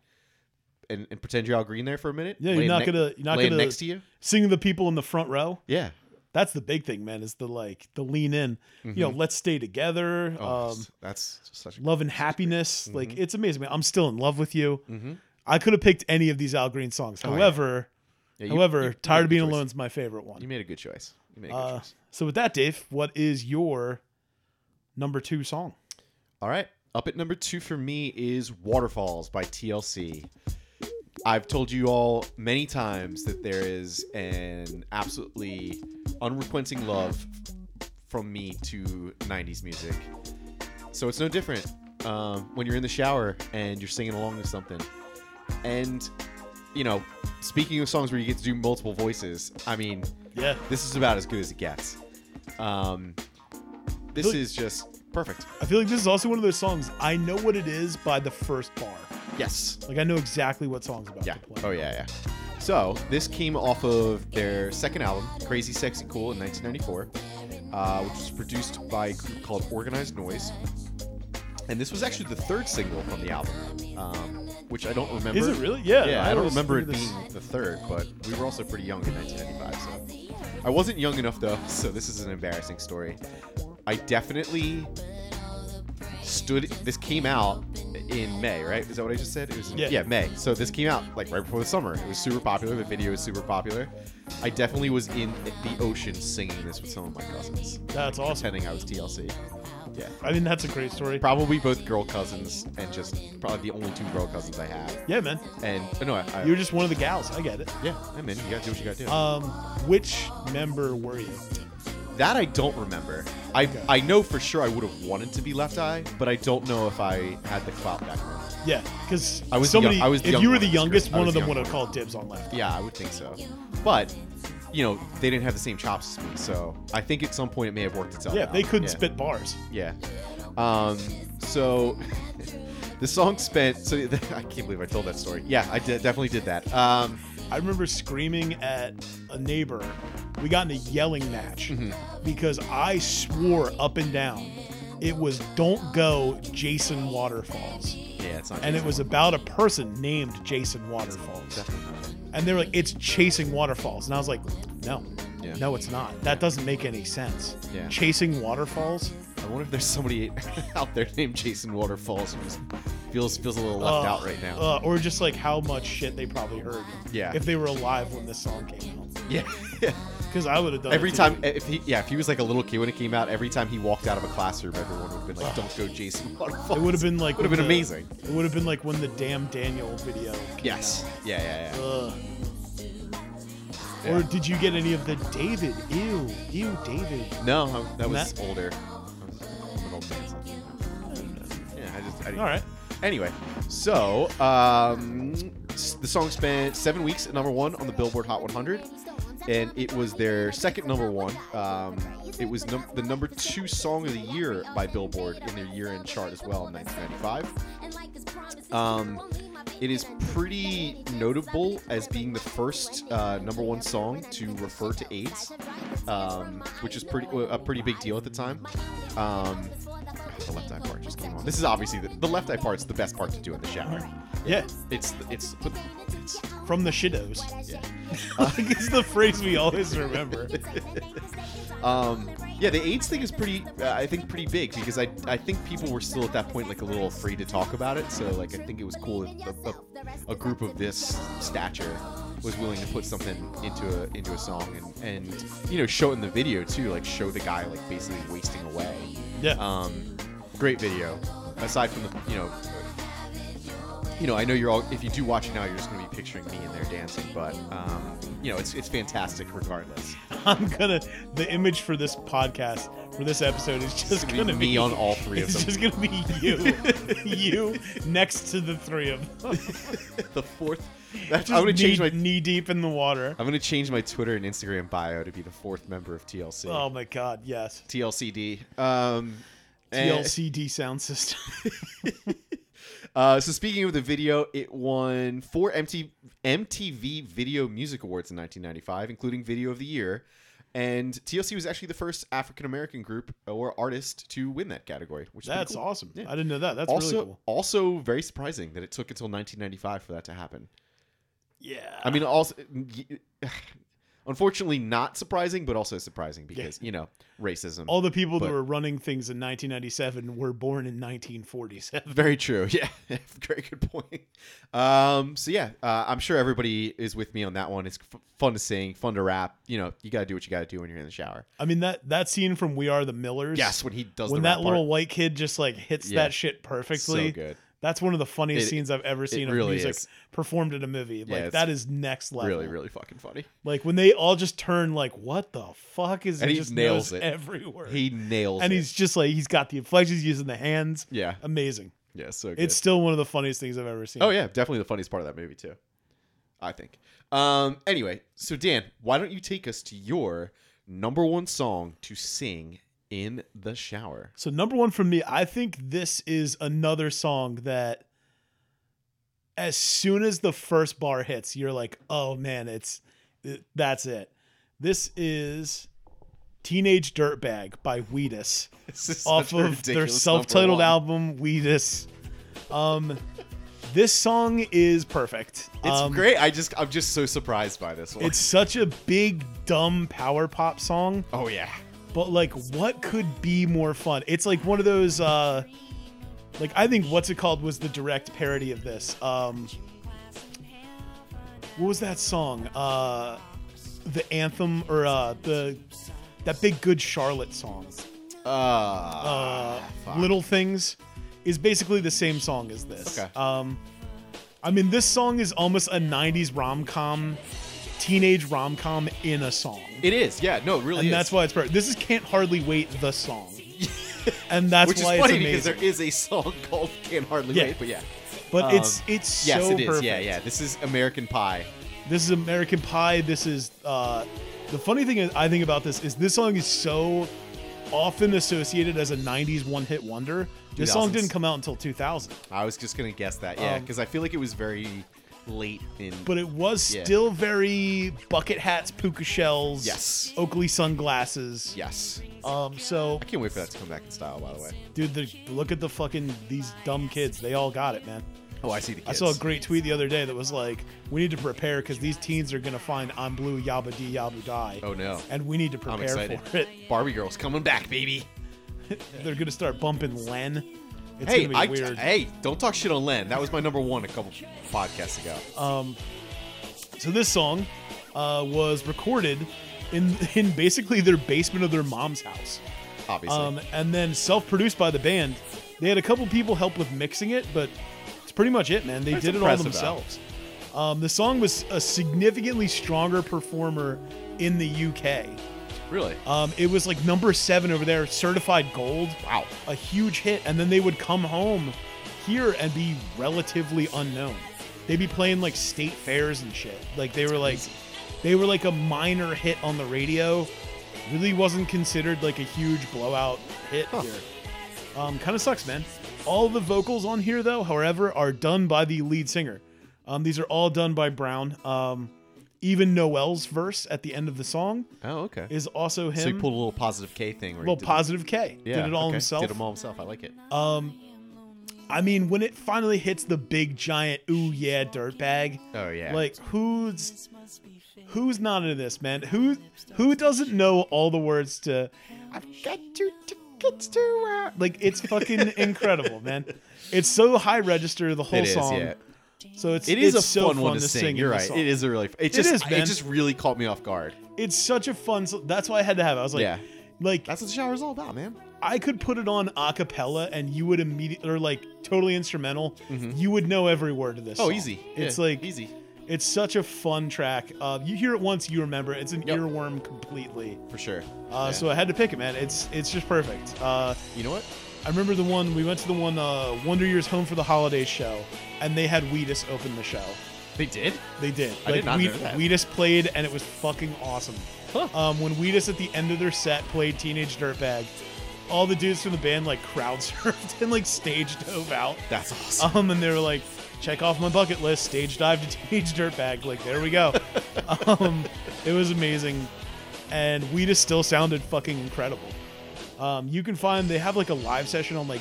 Speaker 1: and, and pretend you're Al Green there for a minute.
Speaker 2: Yeah, you're
Speaker 1: Laying
Speaker 2: not gonna- you're not
Speaker 1: laying
Speaker 2: gonna-
Speaker 1: next to you.
Speaker 2: singing the people in the front row.
Speaker 1: Yeah.
Speaker 2: That's the big thing, man. Is the like the lean in. You know, let's stay together.
Speaker 1: Mm-hmm. Oh,
Speaker 2: um,
Speaker 1: that's such. a
Speaker 2: love and happiness. Like
Speaker 1: Mm-hmm.
Speaker 2: it's amazing. Man. I'm still in love with you.
Speaker 1: Mhm.
Speaker 2: I could have picked any of these Al Green songs.
Speaker 1: Oh, yeah.
Speaker 2: However,
Speaker 1: Yeah, you-
Speaker 2: however,
Speaker 1: you- you made
Speaker 2: tired
Speaker 1: a
Speaker 2: of being
Speaker 1: good choice.
Speaker 2: alone is my favorite one.
Speaker 1: You made a good choice. You made a good
Speaker 2: Uh,
Speaker 1: choice.
Speaker 2: so with that, Dave, what is your number two song?
Speaker 1: All right. Up at number two for me is Waterfalls by TLC. I've told you all many times that there is an absolutely unrequiting love from me to 90s music. So it's no different um, when you're in the shower and you're singing along to something. And, you know, speaking of songs where you get to do multiple voices, I mean,
Speaker 2: Yeah,
Speaker 1: this is about as good as it gets. Um, this
Speaker 2: Look-
Speaker 1: is just perfect.
Speaker 2: I feel like this is also one of those songs. I know what it is by the first bar.
Speaker 1: Yes.
Speaker 2: Like I know exactly what song's about
Speaker 1: Yeah.
Speaker 2: to play.
Speaker 1: Oh yeah, yeah. So this came off of their second album, Crazy Sexy Cool, in 1994, uh, which was produced by a group called Organized Noise. And this was actually the third single from the album, um, which I don't remember.
Speaker 2: Is it really? Yeah.
Speaker 1: Yeah, I, don't
Speaker 2: always
Speaker 1: remember it
Speaker 2: think of this-
Speaker 1: being the third, but we were also pretty young in 1995, so I wasn't young enough though. So this is an embarrassing story. I definitely stood. This came out in May, right? Is that what I just said? It was in-
Speaker 2: Yeah.
Speaker 1: yeah, May. So this came out like right before the summer. It was super popular. The video was super popular. I definitely was in the ocean singing this with some of my cousins,
Speaker 2: That's awesome.
Speaker 1: pretending I was TLC. Yeah.
Speaker 2: I mean, that's a great story.
Speaker 1: Probably both girl cousins and just probably the only two girl cousins I have.
Speaker 2: Yeah, man.
Speaker 1: And oh, no, I, I,
Speaker 2: You're just one of the gals. I get it.
Speaker 1: yeah, I'm in. You gotta do what you gotta do.
Speaker 2: Um, which member were you?
Speaker 1: That I don't remember. I I know for sure I would have wanted to be Left Eye, but I don't know if I had the clout back then.
Speaker 2: Yeah, because
Speaker 1: I was the
Speaker 2: somebody.
Speaker 1: young- I was the
Speaker 2: if
Speaker 1: young
Speaker 2: you were
Speaker 1: one.
Speaker 2: the
Speaker 1: That's
Speaker 2: youngest,
Speaker 1: correct. I
Speaker 2: one of
Speaker 1: was
Speaker 2: them
Speaker 1: the
Speaker 2: would
Speaker 1: young
Speaker 2: have called dibs on left.
Speaker 1: Yeah, I would think so. But you know, they didn't have the same chops as me, so I think at some point it may have worked itself
Speaker 2: Yeah,
Speaker 1: out.
Speaker 2: they couldn't
Speaker 1: yeah.
Speaker 2: spit bars.
Speaker 1: Yeah. Um. So the song spent. So I can't believe I told that story. Yeah, I de- definitely did that. Um.
Speaker 2: I remember screaming at a neighbor. We got in a yelling match
Speaker 1: Mm-hmm.
Speaker 2: because I swore up and down it was "Don't Go, Jason Waterfalls,"
Speaker 1: Yeah, it's not.
Speaker 2: and it was about a person named Jason Waterfalls.
Speaker 1: Definitely not.
Speaker 2: And they were like, "It's chasing waterfalls," and I was like, "No,
Speaker 1: Yeah.
Speaker 2: no, it's not. That doesn't make any sense.
Speaker 1: Yeah.
Speaker 2: Chasing waterfalls."
Speaker 1: I wonder if there's somebody out there named Jason Waterfalls who just feels feels a little left
Speaker 2: Uh,
Speaker 1: out right now.
Speaker 2: Uh, or just like how much shit they probably heard.
Speaker 1: Yeah.
Speaker 2: If they were alive when this song came out.
Speaker 1: yeah.
Speaker 2: Because I would have done
Speaker 1: Every
Speaker 2: it
Speaker 1: time, eh, if he, yeah, if he was like a little kid when it came out, every time he walked out of a classroom, everyone would have been like, "Don't go, Jason Waterfalls."
Speaker 2: It would have been like
Speaker 1: would have
Speaker 2: when
Speaker 1: been
Speaker 2: the-
Speaker 1: amazing.
Speaker 2: It would have been like when the damn Daniel video. Came
Speaker 1: Yes. Yeah, yeah,
Speaker 2: out.
Speaker 1: yeah.
Speaker 2: Ugh.
Speaker 1: Yeah.
Speaker 2: Or did you get any of the David? Ew, ew, David.
Speaker 1: No, I, that was
Speaker 2: Matt-
Speaker 1: older. I was an old man, so- Yeah, I just. I didn't-
Speaker 2: All right.
Speaker 1: Anyway, so um, s- the song spent seven weeks at number one on the Billboard Hot 100, and it was their second number one. Um, it was num- the number two song of the year by Billboard in their year-end chart as well in 1995.
Speaker 3: Um,
Speaker 1: It is pretty notable as being the first uh, number one song to refer to AIDS, um, which is pretty a pretty big deal at the time. Um, the left eye part just came on. This is obviously the, the left eye part's the best part to do in the shower.
Speaker 2: Yeah.
Speaker 1: It's it's it's
Speaker 2: From the shittos.
Speaker 1: yeah.
Speaker 2: like it's the phrase we always remember.
Speaker 1: Um, yeah, the AIDS thing is pretty, uh, I think, pretty big because I, I think people were still at that point like a little afraid to talk about it. So like, I think it was cool that a, a, a group of this stature was willing to put something into a into a song and and you know show it in the video too, like show the guy like basically wasting away.
Speaker 2: Yeah.
Speaker 1: Um, great video. Aside from the you know, you know, I know you're all if you do watch it now, you're just gonna be picturing me in there dancing, but um, you know, it's it's fantastic regardless.
Speaker 2: I'm gonna. The image for this podcast for this episode is just
Speaker 1: It's
Speaker 2: gonna be
Speaker 1: me on all three of
Speaker 2: It's
Speaker 1: them.
Speaker 2: just gonna be you, you next to the three of them.
Speaker 1: the fourth. That's,
Speaker 2: Just
Speaker 1: I'm gonna change
Speaker 2: knee,
Speaker 1: my. Oh.
Speaker 2: knee deep in the water.
Speaker 1: I'm gonna change my Twitter and Instagram bio to be the fourth member of TLC.
Speaker 2: Oh my god, yes.
Speaker 1: TLCD. Um, and-
Speaker 2: TLCD sound system.
Speaker 1: uh, so speaking of the video, it won four MTV, MTV Video Music Awards in 1995, including Video of the Year. And TLC was actually the first African American group or artist to win that category, which is pretty
Speaker 2: That's
Speaker 1: cool.
Speaker 2: awesome.
Speaker 1: Yeah.
Speaker 2: I didn't know that. That's
Speaker 1: also,
Speaker 2: really cool.
Speaker 1: also very surprising that it took until 1995 for that to happen.
Speaker 2: Yeah.
Speaker 1: I mean, also, unfortunately, not surprising, but also surprising because you know racism.
Speaker 2: all the people
Speaker 1: but-
Speaker 2: that were running things in 1997 were born in 1947.
Speaker 1: Very true. Yeah, very good point. Um, so yeah, uh, I'm sure everybody is with me on that one. It's f- fun to sing, fun to rap. You know, you gotta do what you gotta do when you're in the shower.
Speaker 2: I mean that that scene from We Are the Millers.
Speaker 1: Yes, when he does
Speaker 2: When
Speaker 1: the rap
Speaker 2: that little
Speaker 1: part,
Speaker 2: white kid just like hits
Speaker 1: Yeah.
Speaker 2: that shit perfectly.
Speaker 1: so good,
Speaker 2: That's one of the funniest
Speaker 1: It-
Speaker 2: scenes I've ever seen of
Speaker 1: really
Speaker 2: music
Speaker 1: is.
Speaker 2: performed in a movie.
Speaker 1: Yeah,
Speaker 2: Like
Speaker 1: it's
Speaker 2: that is next level.
Speaker 1: really, really fucking funny.
Speaker 2: Like when they all just turn like, what the fuck is
Speaker 1: And he
Speaker 2: just
Speaker 1: nails
Speaker 2: knows
Speaker 1: it.
Speaker 2: every word.
Speaker 1: He nails.
Speaker 2: and
Speaker 1: it.
Speaker 2: he's just like he's got the inflections using the hands.
Speaker 1: yeah,
Speaker 2: Amazing.
Speaker 1: yeah, so good.
Speaker 2: It's still one of the funniest things I've ever seen.
Speaker 1: oh yeah, definitely the funniest part of that movie too. I think. Um, anyway, so Dan, why don't you take us to your number one song to sing in the shower?
Speaker 2: So number one for me, I think this is another song that as soon as the first bar hits, you're like, oh man, it's it- that's it. This is Teenage Dirtbag by Wheatus
Speaker 1: This is
Speaker 2: off
Speaker 1: such a
Speaker 2: of their
Speaker 1: ridiculous
Speaker 2: self-titled
Speaker 1: number one.
Speaker 2: album Wheatus. Um this song is perfect.
Speaker 1: It's
Speaker 2: Um,
Speaker 1: great. I just I'm just so surprised by this one.
Speaker 2: It's such a big dumb power pop song.
Speaker 1: oh yeah.
Speaker 2: But like, what could be more fun? It's like one of those. uh Like I think what's it called was the direct parody of this. Um, what was that song? Uh, the anthem or uh, the that big good Charlotte song.
Speaker 1: Uh,
Speaker 2: Uh,
Speaker 1: fuck.
Speaker 2: Little Things is basically the same song as this.
Speaker 1: Okay.
Speaker 2: Um, I mean, this song is almost a '90s rom com, teenage rom com in a song.
Speaker 1: It is, yeah. No, it really
Speaker 2: and
Speaker 1: is.
Speaker 2: that's why it's perfect. This is "Can't Hardly Wait" the song, and that's
Speaker 1: Which is
Speaker 2: why
Speaker 1: funny
Speaker 2: it's
Speaker 1: because
Speaker 2: amazing.
Speaker 1: there is a song called "Can't Hardly
Speaker 2: Yeah.
Speaker 1: Wait," but yeah,
Speaker 2: But
Speaker 1: um,
Speaker 2: it's it's
Speaker 1: yes,
Speaker 2: so
Speaker 1: it is.
Speaker 2: perfect.
Speaker 1: Yeah, yeah. This is American Pie.
Speaker 2: This is American Pie. This is uh, the funny thing is I think about this is this song is so often associated as a '90s one-hit wonder. This song
Speaker 1: 2000s.
Speaker 2: didn't come out until 2000.
Speaker 1: I was just gonna guess that, yeah,
Speaker 2: Um,
Speaker 1: because I feel like it was very late in.
Speaker 2: but it was
Speaker 1: Yeah.
Speaker 2: still very bucket hats, puka shells,
Speaker 1: Yes.
Speaker 2: Oakley sunglasses.
Speaker 1: yes,
Speaker 2: Um, so
Speaker 1: I can't wait for that to come back in style. By the way,
Speaker 2: dude, the, look at the fucking these dumb kids. They all got it, man.
Speaker 1: oh, I see the.
Speaker 2: I
Speaker 1: Kids.
Speaker 2: saw a great tweet the other day that was like, "We need to prepare because these teens are gonna find I'm blue yabba dee yabu die."
Speaker 1: Oh no,
Speaker 2: And we need to
Speaker 1: I'm
Speaker 2: prepare
Speaker 1: excited.
Speaker 2: for it.
Speaker 1: Barbie girl's coming back, baby.
Speaker 2: They're gonna start bumping Len. It's
Speaker 1: hey,
Speaker 2: gonna be
Speaker 1: I, eh.
Speaker 2: weird.
Speaker 1: hey, don't talk shit on Len. That was my number one a couple podcasts ago.
Speaker 2: Uh, So this song uh, was recorded in in basically their basement of their mom's house.
Speaker 1: Obviously,
Speaker 2: um, and then self-produced by the band. They had a couple people help with mixing it, but it's pretty much it, man. They
Speaker 1: That's
Speaker 2: did it all
Speaker 1: impressive,
Speaker 2: themselves. Um, the song was a significantly stronger performer in the UK.
Speaker 1: really.
Speaker 2: Um, it was like number seven over there, certified gold,
Speaker 1: wow.
Speaker 2: a huge hit. And then they would come home here and be relatively unknown. They'd be playing like state fairs and shit. Like they were like, they were like a minor hit on the radio. Really wasn't considered like a huge blowout hit here. Um, kind of sucks, man. All the vocals on here, though, however, are done by the lead singer. Um, these are all done by Brown. Um, even Noel's verse at the end of the song
Speaker 1: Oh, okay.
Speaker 2: is also him.
Speaker 1: so you pulled a little positive K thing. Where
Speaker 2: well,
Speaker 1: you did,
Speaker 2: positive K
Speaker 1: Yeah,
Speaker 2: did it all
Speaker 1: okay.
Speaker 2: himself. Uh,
Speaker 1: Did them all himself. I like it.
Speaker 2: I mean, when it finally hits the big giant ooh yeah dirt bag,
Speaker 1: oh yeah.
Speaker 2: like who's who's not into this, man? Who who doesn't know all the words to
Speaker 1: I've got two tickets to. Uh...
Speaker 2: like it's fucking incredible, man. It's so high register the whole
Speaker 1: It is,
Speaker 2: song.
Speaker 1: yeah.
Speaker 2: So it's
Speaker 1: It is
Speaker 2: it's
Speaker 1: a
Speaker 2: so
Speaker 1: fun, one to, sing.
Speaker 2: in
Speaker 1: You're
Speaker 2: the
Speaker 1: right.
Speaker 2: song.
Speaker 1: It is a really. It just.
Speaker 2: is,
Speaker 1: It
Speaker 2: man.
Speaker 1: just really caught me off guard.
Speaker 2: It's such a fun. So that's why I had to have it. I was like,
Speaker 1: Yeah.
Speaker 2: like
Speaker 1: That's what the shower's all about, man.
Speaker 2: I could put it on a cappella and you would immediately or like totally instrumental. You would know every word of this.
Speaker 1: Mm-hmm. Oh,
Speaker 2: song.
Speaker 1: easy.
Speaker 2: It's
Speaker 1: Yeah,
Speaker 2: like
Speaker 1: easy
Speaker 2: It's such a fun track. Uh, you hear it once, you remember. it. It's an
Speaker 1: Yep.
Speaker 2: earworm completely.
Speaker 1: for sure.
Speaker 2: Uh,
Speaker 1: Yeah.
Speaker 2: So I had to pick it, man. It's it's just perfect. Uh,
Speaker 1: you know what?
Speaker 2: I remember the one we went to the one uh, Wonder Years Home for the Holiday show, and they had Weedus open the show.
Speaker 1: They did.
Speaker 2: They did.
Speaker 1: I did not know that.
Speaker 2: Wheatus played, and it was fucking awesome.
Speaker 1: Huh.
Speaker 2: Um, when Weedus at the end of their set played Teenage Dirtbag, all the dudes from the band like crowd surfed and like stage dove out.
Speaker 1: That's awesome.
Speaker 2: Um, and they were like, check off my bucket list, stage dive to teenage dirtbag. Like, there we go. um, it was amazing. And we just still sounded fucking incredible. Um, you can find they have like a live session on like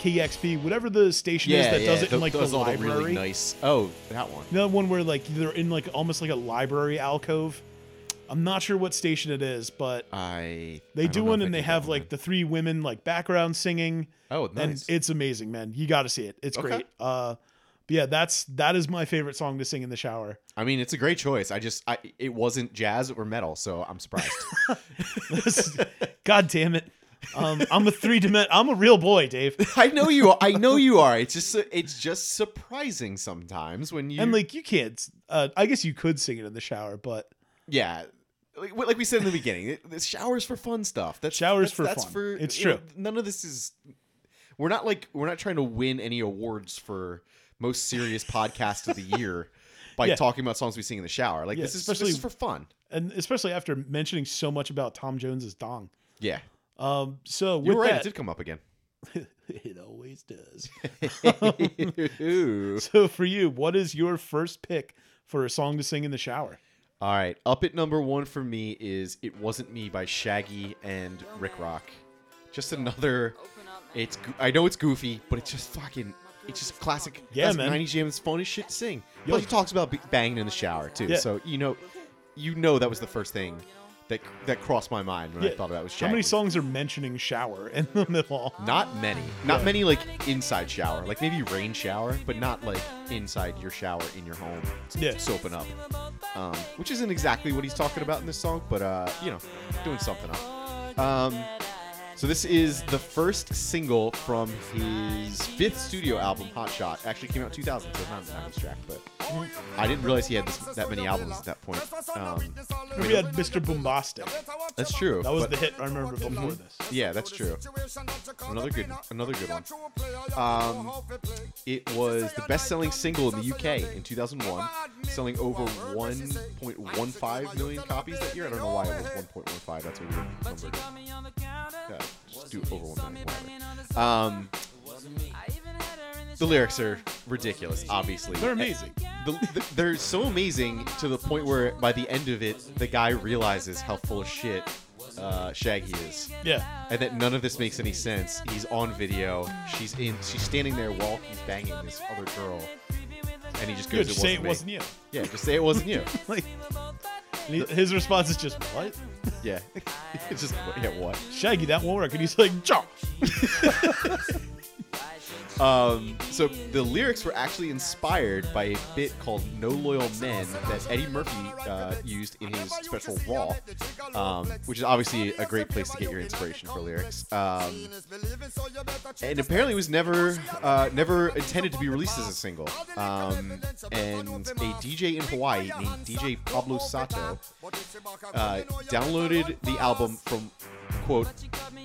Speaker 2: KXP, whatever the station is that does it
Speaker 1: th-
Speaker 2: in like
Speaker 1: those
Speaker 2: the
Speaker 1: all
Speaker 2: library.
Speaker 1: really nice. Oh, that one.
Speaker 2: Another one where like they're in like almost like a library alcove. I'm not sure what station it is, but
Speaker 1: I. I
Speaker 2: they
Speaker 1: don't
Speaker 2: do
Speaker 1: know
Speaker 2: one
Speaker 1: if I
Speaker 2: and they
Speaker 1: did
Speaker 2: have
Speaker 1: that
Speaker 2: like the three women like background singing.
Speaker 1: Oh, nice.
Speaker 2: And it's amazing, man. You got to see it. It's
Speaker 1: Okay.
Speaker 2: great. Uh, but yeah, that's that is my favorite song to sing in the shower.
Speaker 1: I mean, it's a great choice. I just, I, it wasn't jazz or metal, so I'm surprised.
Speaker 2: God damn it. Um, I'm a three dimension. I'm a real boy, Dave.
Speaker 1: I know you. Are, I know you are. It's just, it's just surprising sometimes when you
Speaker 2: And like you kids, uh, I guess you could sing it in the shower, but
Speaker 1: yeah. Like, like we said in the beginning, it, the showers for fun stuff. That's
Speaker 2: Showers
Speaker 1: that's,
Speaker 2: for
Speaker 1: that's
Speaker 2: fun.
Speaker 1: For,
Speaker 2: It's
Speaker 1: you know,
Speaker 2: true.
Speaker 1: none of this is. We're not like we're not trying to win any awards for most serious podcast of the year by
Speaker 2: Yeah.
Speaker 1: talking about songs we sing in the shower. Like
Speaker 2: Yeah,
Speaker 1: this is
Speaker 2: especially-
Speaker 1: this is for fun.
Speaker 2: and especially after mentioning so much about Tom Jones's dong.
Speaker 1: Yeah,
Speaker 2: Um, so with
Speaker 1: you're right.
Speaker 2: that,
Speaker 1: It did come up again.
Speaker 2: it always does.
Speaker 1: Ooh.
Speaker 2: so for you, what is your first pick for a song to sing in the shower?
Speaker 1: All right, up at number one for me is "It Wasn't Me" by Shaggy and Rick Rock. Just another. It's go- I know it's goofy, but it's just fucking. It's just classic.
Speaker 2: Yeah,
Speaker 1: classic
Speaker 2: man.
Speaker 1: 90s jam. It's fun as shit to sing.
Speaker 2: Yo.
Speaker 1: Plus, he talks about b- banging in the shower too.
Speaker 2: Yeah.
Speaker 1: So you know, you know that was the first thing that that crossed my mind when I
Speaker 2: Yeah.
Speaker 1: thought about it was
Speaker 2: How many
Speaker 1: Shaggy's.
Speaker 2: songs are mentioning shower in the middle?
Speaker 1: Not many. Not many like inside shower, like maybe rain shower, but not like inside your shower in your home, s-
Speaker 2: Yeah.
Speaker 1: soaping up. Um, which isn't exactly what he's talking about in this song, but uh, you know, doing something up. Um, so this is the first single from his fifth studio album, Hot Shot. Actually came out in 2000, so it's not an albums track, but I didn't realize he had this, that many albums at that point. Um,
Speaker 2: We had Mr. Boombastic.
Speaker 1: that's true.
Speaker 2: That was
Speaker 1: but- Mm-hmm.
Speaker 2: the hit I remember before this.
Speaker 1: Yeah, that's true. Another good, another good one. Um, it was the best-selling single in the UK in 2001, selling over 1.15 million copies that year. I don't know why it was 1.15. That's a weird number. To, yeah, just do over one million. Whatever. Um, the lyrics are ridiculous. Obviously,
Speaker 2: They're amazing.
Speaker 1: the, the, they're so amazing to the point where by the end of it, the guy realizes how full of shit uh, Shaggy is
Speaker 2: Yeah.
Speaker 1: and that none of this makes any sense. He's on video. She's in. She's standing there while he's banging this other girl, and he just
Speaker 2: Good.
Speaker 1: goes,
Speaker 2: Just say it
Speaker 1: me."
Speaker 2: wasn't you.
Speaker 1: Yeah, just say it wasn't you.
Speaker 2: Like, and he- his response is just what?
Speaker 1: yeah, it's just yeah. What?
Speaker 2: Shaggy, that won't work. And he's like, jump.
Speaker 1: Um, so the lyrics were actually inspired by a bit called "No Loyal Men" that Eddie Murphy uh, used in his special Raw, um, which is obviously a great place to get your inspiration for lyrics. Um, and apparently was never uh, never intended to be released as a single. Um, and a DJ in Hawaii named DJ Pablo Sato uh, downloaded the album from quote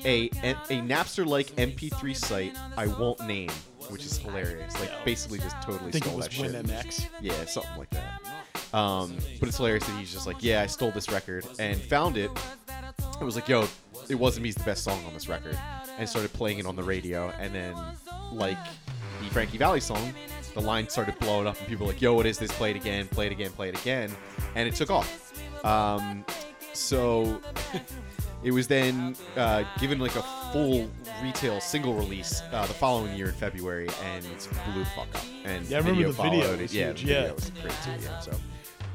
Speaker 1: a a Napster-like MP3 site I won't name, which is hilarious. Like basically just totally
Speaker 2: I think it
Speaker 1: stole
Speaker 2: was
Speaker 1: that shit.
Speaker 2: WinMX.
Speaker 1: Yeah, something like that. Um, but it's hilarious that he's just like, yeah, I stole this record and found it. It was like, yo, it wasn't me's the best song on this record, and started playing it on the radio. And then, like the Frankie Valley song, the line started blowing up, and people were like, yo, what is this? Play it again, play it again, play it again, and it took off. Um, so it was then uh, given like a full retail single release uh, the following year in February, and it blew the fuck up. And
Speaker 2: Yeah, I remember the video
Speaker 1: followed
Speaker 2: was
Speaker 1: it. Yeah,
Speaker 2: huge,
Speaker 1: the video
Speaker 2: yeah.
Speaker 1: was great too. Yeah, so.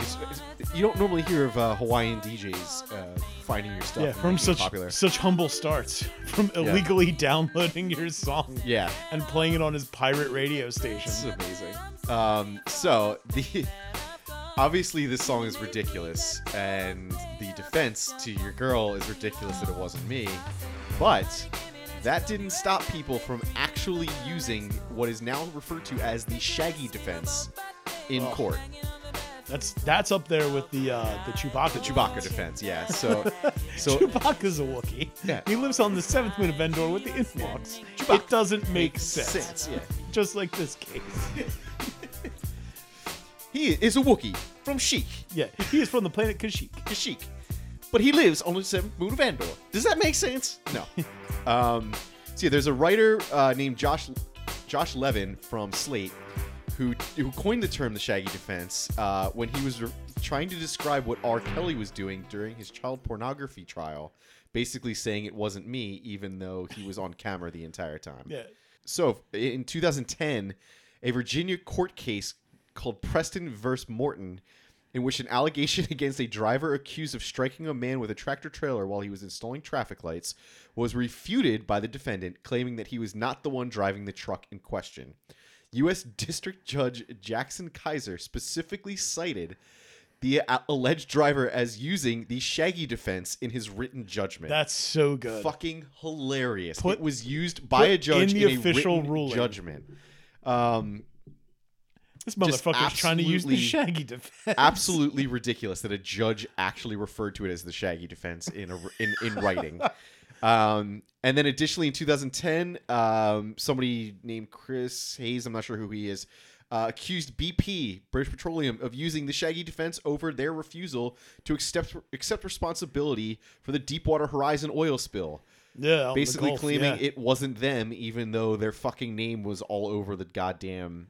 Speaker 1: It's, it's, you don't normally hear of uh, Hawaiian DJs uh, finding your stuff.
Speaker 2: Yeah,
Speaker 1: and
Speaker 2: from
Speaker 1: making it
Speaker 2: such
Speaker 1: popular.
Speaker 2: such humble starts, from illegally downloading your song
Speaker 1: Yeah,
Speaker 2: and playing it on his pirate radio station.
Speaker 1: this is amazing. Um, so the obviously this song is ridiculous, and the defense to your girl is ridiculous that it wasn't me, but that didn't stop people from actually using what is now referred to as the Shaggy defense in
Speaker 2: Oh.
Speaker 1: court.
Speaker 2: That's that's up there with the uh, the Chewbacca.
Speaker 1: The Chewbacca defense, yeah. So, so
Speaker 2: Chewbacca's a Wookiee.
Speaker 1: Yeah.
Speaker 2: He lives on the seventh moon of Endor with the Influx.
Speaker 1: Chewbacca
Speaker 2: It doesn't make
Speaker 1: makes
Speaker 2: sense.
Speaker 1: sense. Yeah,
Speaker 2: Just like this case.
Speaker 1: he is a Wookiee from Sheik.
Speaker 2: yeah, he is from the planet Kashyyyk.
Speaker 1: Kashyyyk. But he lives on the seventh moon of Andor. Does that make sense? No. um, so yeah, there's a writer uh, named Josh Josh Levin from Slate who who coined the term the Shaggy defense uh, when he was re- trying to describe what R. Kelly was doing during his child pornography trial, basically saying it wasn't me, even though he was on camera the entire time.
Speaker 2: Yeah.
Speaker 1: So in 2010, a Virginia court case called Preston versus Morton, in which an allegation against a driver accused of striking a man with a tractor trailer while he was installing traffic lights was refuted by the defendant, claiming that he was not the one driving the truck in question. U.S. District Judge Jackson Kaiser specifically cited the a- alleged driver as using the Shaggy defense in his written judgment
Speaker 2: That's so good.
Speaker 1: fucking hilarious.
Speaker 2: Put-
Speaker 1: it was used by a judge
Speaker 2: in
Speaker 1: in,
Speaker 2: the
Speaker 1: a
Speaker 2: official
Speaker 1: written
Speaker 2: ruling.
Speaker 1: judgment. Um,
Speaker 2: This motherfucker's trying to use the
Speaker 1: absolutely-
Speaker 2: Shaggy defense.
Speaker 1: absolutely ridiculous that a judge actually referred to it as the Shaggy defense in a, in, in writing. Um, and then additionally in 2010, um, somebody named Chris Hayes, I'm not sure who he is, uh, accused BP, British Petroleum, of using the Shaggy defense over their refusal to accept accept responsibility for the Deepwater Horizon oil spill.
Speaker 2: Yeah. out in the
Speaker 1: basically
Speaker 2: Gulf,
Speaker 1: claiming
Speaker 2: yeah.
Speaker 1: it wasn't them, even though their fucking name was all over the goddamn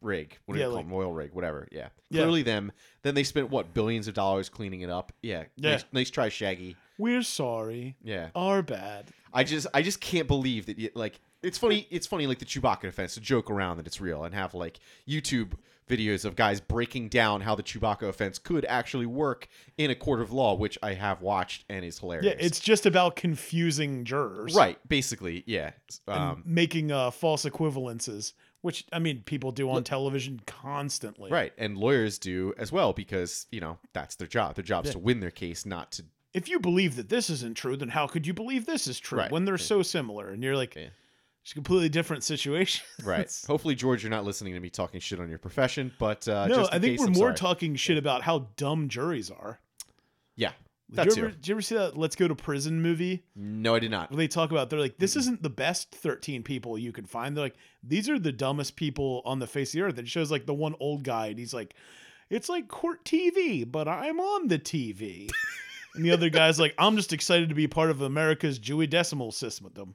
Speaker 1: rig. What do
Speaker 2: Yeah,
Speaker 1: you call
Speaker 2: like-
Speaker 1: them? Oil rig, whatever. Yeah.
Speaker 2: Yeah.
Speaker 1: Clearly them. Then they spent what billions of dollars cleaning it up. Yeah.
Speaker 2: Yeah. Oh.
Speaker 1: Nice, nice try, Shaggy.
Speaker 2: We're sorry.
Speaker 1: Yeah.
Speaker 2: Are bad.
Speaker 1: I just I just can't believe that you, like it's funny. It's funny, like the Chewbacca offense, to joke around that it's real and have like YouTube videos of guys breaking down how the Chewbacca offense could actually work in a court of law, which I have watched and is hilarious.
Speaker 2: Yeah, it's just about confusing jurors,
Speaker 1: right, basically, yeah. Um,
Speaker 2: Making uh, false equivalences, which I mean, people do on television constantly,
Speaker 1: right, and lawyers do as well because you know that's their job. Their job's to win their case, not to
Speaker 2: If you believe that this isn't true, then how could you believe this is true
Speaker 1: Right.
Speaker 2: when they're so similar? And you're like,
Speaker 1: Yeah.
Speaker 2: it's a completely different situation,
Speaker 1: Right. Hopefully, George, you're not listening to me talking shit on your profession, but uh,
Speaker 2: no,
Speaker 1: just in
Speaker 2: I think
Speaker 1: case,
Speaker 2: we're
Speaker 1: I'm
Speaker 2: more
Speaker 1: sorry.
Speaker 2: talking shit about how dumb juries are.
Speaker 1: Yeah,
Speaker 2: Did
Speaker 1: that's
Speaker 2: you, ever, did you ever see that Let's Go to Prison movie?
Speaker 1: No, I did not.
Speaker 2: where they talk about they're like this
Speaker 1: Mm-hmm.
Speaker 2: isn't the best 13 people you can find they're like these are the dumbest people on the face of the earth it shows like the one old guy and he's like it's like court tv but i'm on the tv and the other guy's like i'm just excited to be part of america's Decimal system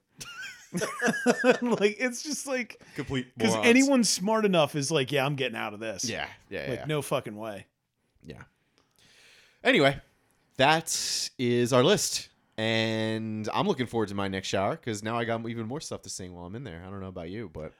Speaker 2: like it's just like
Speaker 1: Complete.
Speaker 2: because anyone smart enough is like yeah i'm getting out of this
Speaker 1: Yeah, yeah,
Speaker 2: like
Speaker 1: yeah.
Speaker 2: no fucking way
Speaker 1: yeah. Anyway, that is our list, and I'm looking forward to my next shower because now I got even more stuff to sing while I'm in there. I don't know about you, but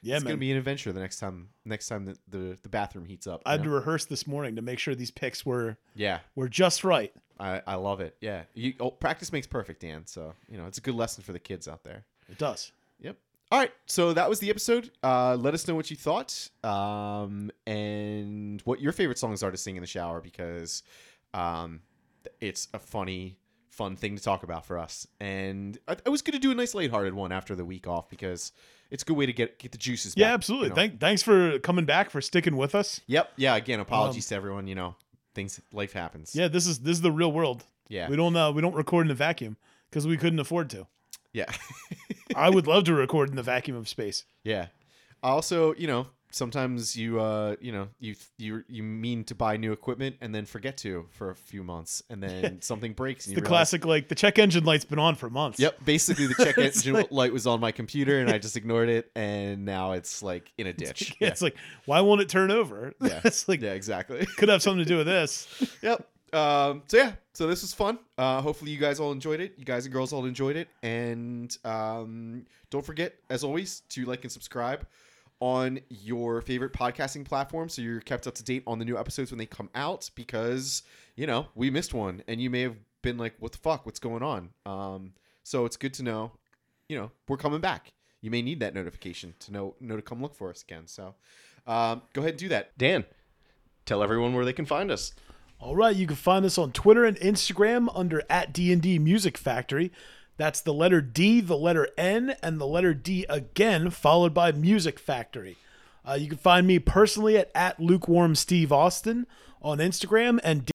Speaker 2: yeah
Speaker 1: it's
Speaker 2: man
Speaker 1: gonna be an adventure the next time. Next time the the, the bathroom heats up. you
Speaker 2: i had to
Speaker 1: know?
Speaker 2: rehearse this morning to make sure these picks were
Speaker 1: yeah,
Speaker 2: were just right
Speaker 1: I, I love it. Yeah, you, oh, practice makes perfect, Dan. So you know it's a good lesson for the kids out there.
Speaker 2: it does
Speaker 1: Yep. All right. So that was the episode. Uh, let us know what you thought um, and what your favorite songs are to sing in the shower because um, it's a funny, fun thing to talk about for us. And I, I was going to do a nice lighthearted one after the week off because it's a good way to get get the juices.
Speaker 2: Yeah,
Speaker 1: back,
Speaker 2: absolutely.
Speaker 1: you know?
Speaker 2: Thank, thanks for coming back for sticking with us.
Speaker 1: Yep. Yeah. Again, apologies to everyone. You know, things life happens.
Speaker 2: Um, Yeah, this is this is the real world.
Speaker 1: Yeah.
Speaker 2: We don't uh, we don't record in a vacuum because we couldn't afford to.
Speaker 1: Yeah.
Speaker 2: I would love to record in the vacuum of space.
Speaker 1: Yeah. Also, you know, sometimes you uh, you know, you you you mean to buy new equipment and then forget to for a few months and then something breaks and
Speaker 2: The
Speaker 1: you realize-
Speaker 2: classic like the check engine light's been on for months.
Speaker 1: Yep, basically the check
Speaker 2: It's
Speaker 1: engine
Speaker 2: like-
Speaker 1: light was on my computer and I just ignored it and now it's like in a ditch. Yeah.
Speaker 2: It's like why won't it turn over?
Speaker 1: Yeah.
Speaker 2: it's like
Speaker 1: yeah, exactly.
Speaker 2: could have something to do with this.
Speaker 1: yep. Um, so yeah, so this was fun. Uh, hopefully you guys all enjoyed it. You guys and girls all enjoyed it. And um, don't forget, as always, to like and subscribe on your favorite podcasting platform so you're kept up to date on the new episodes when they come out because you know we missed one and you may have been like what the fuck what's going on um, so it's good to know you know we're coming back you may need that notification to know know to come look for us again so um, go ahead and do that dan tell everyone where they can find us
Speaker 2: All right, you can find us on Twitter and Instagram under at D&D Music Factory. That's the letter D, the letter N, and the letter D again, followed by Music Factory. Uh, you can find me personally at, at Lukewarm Steve Austin on Instagram and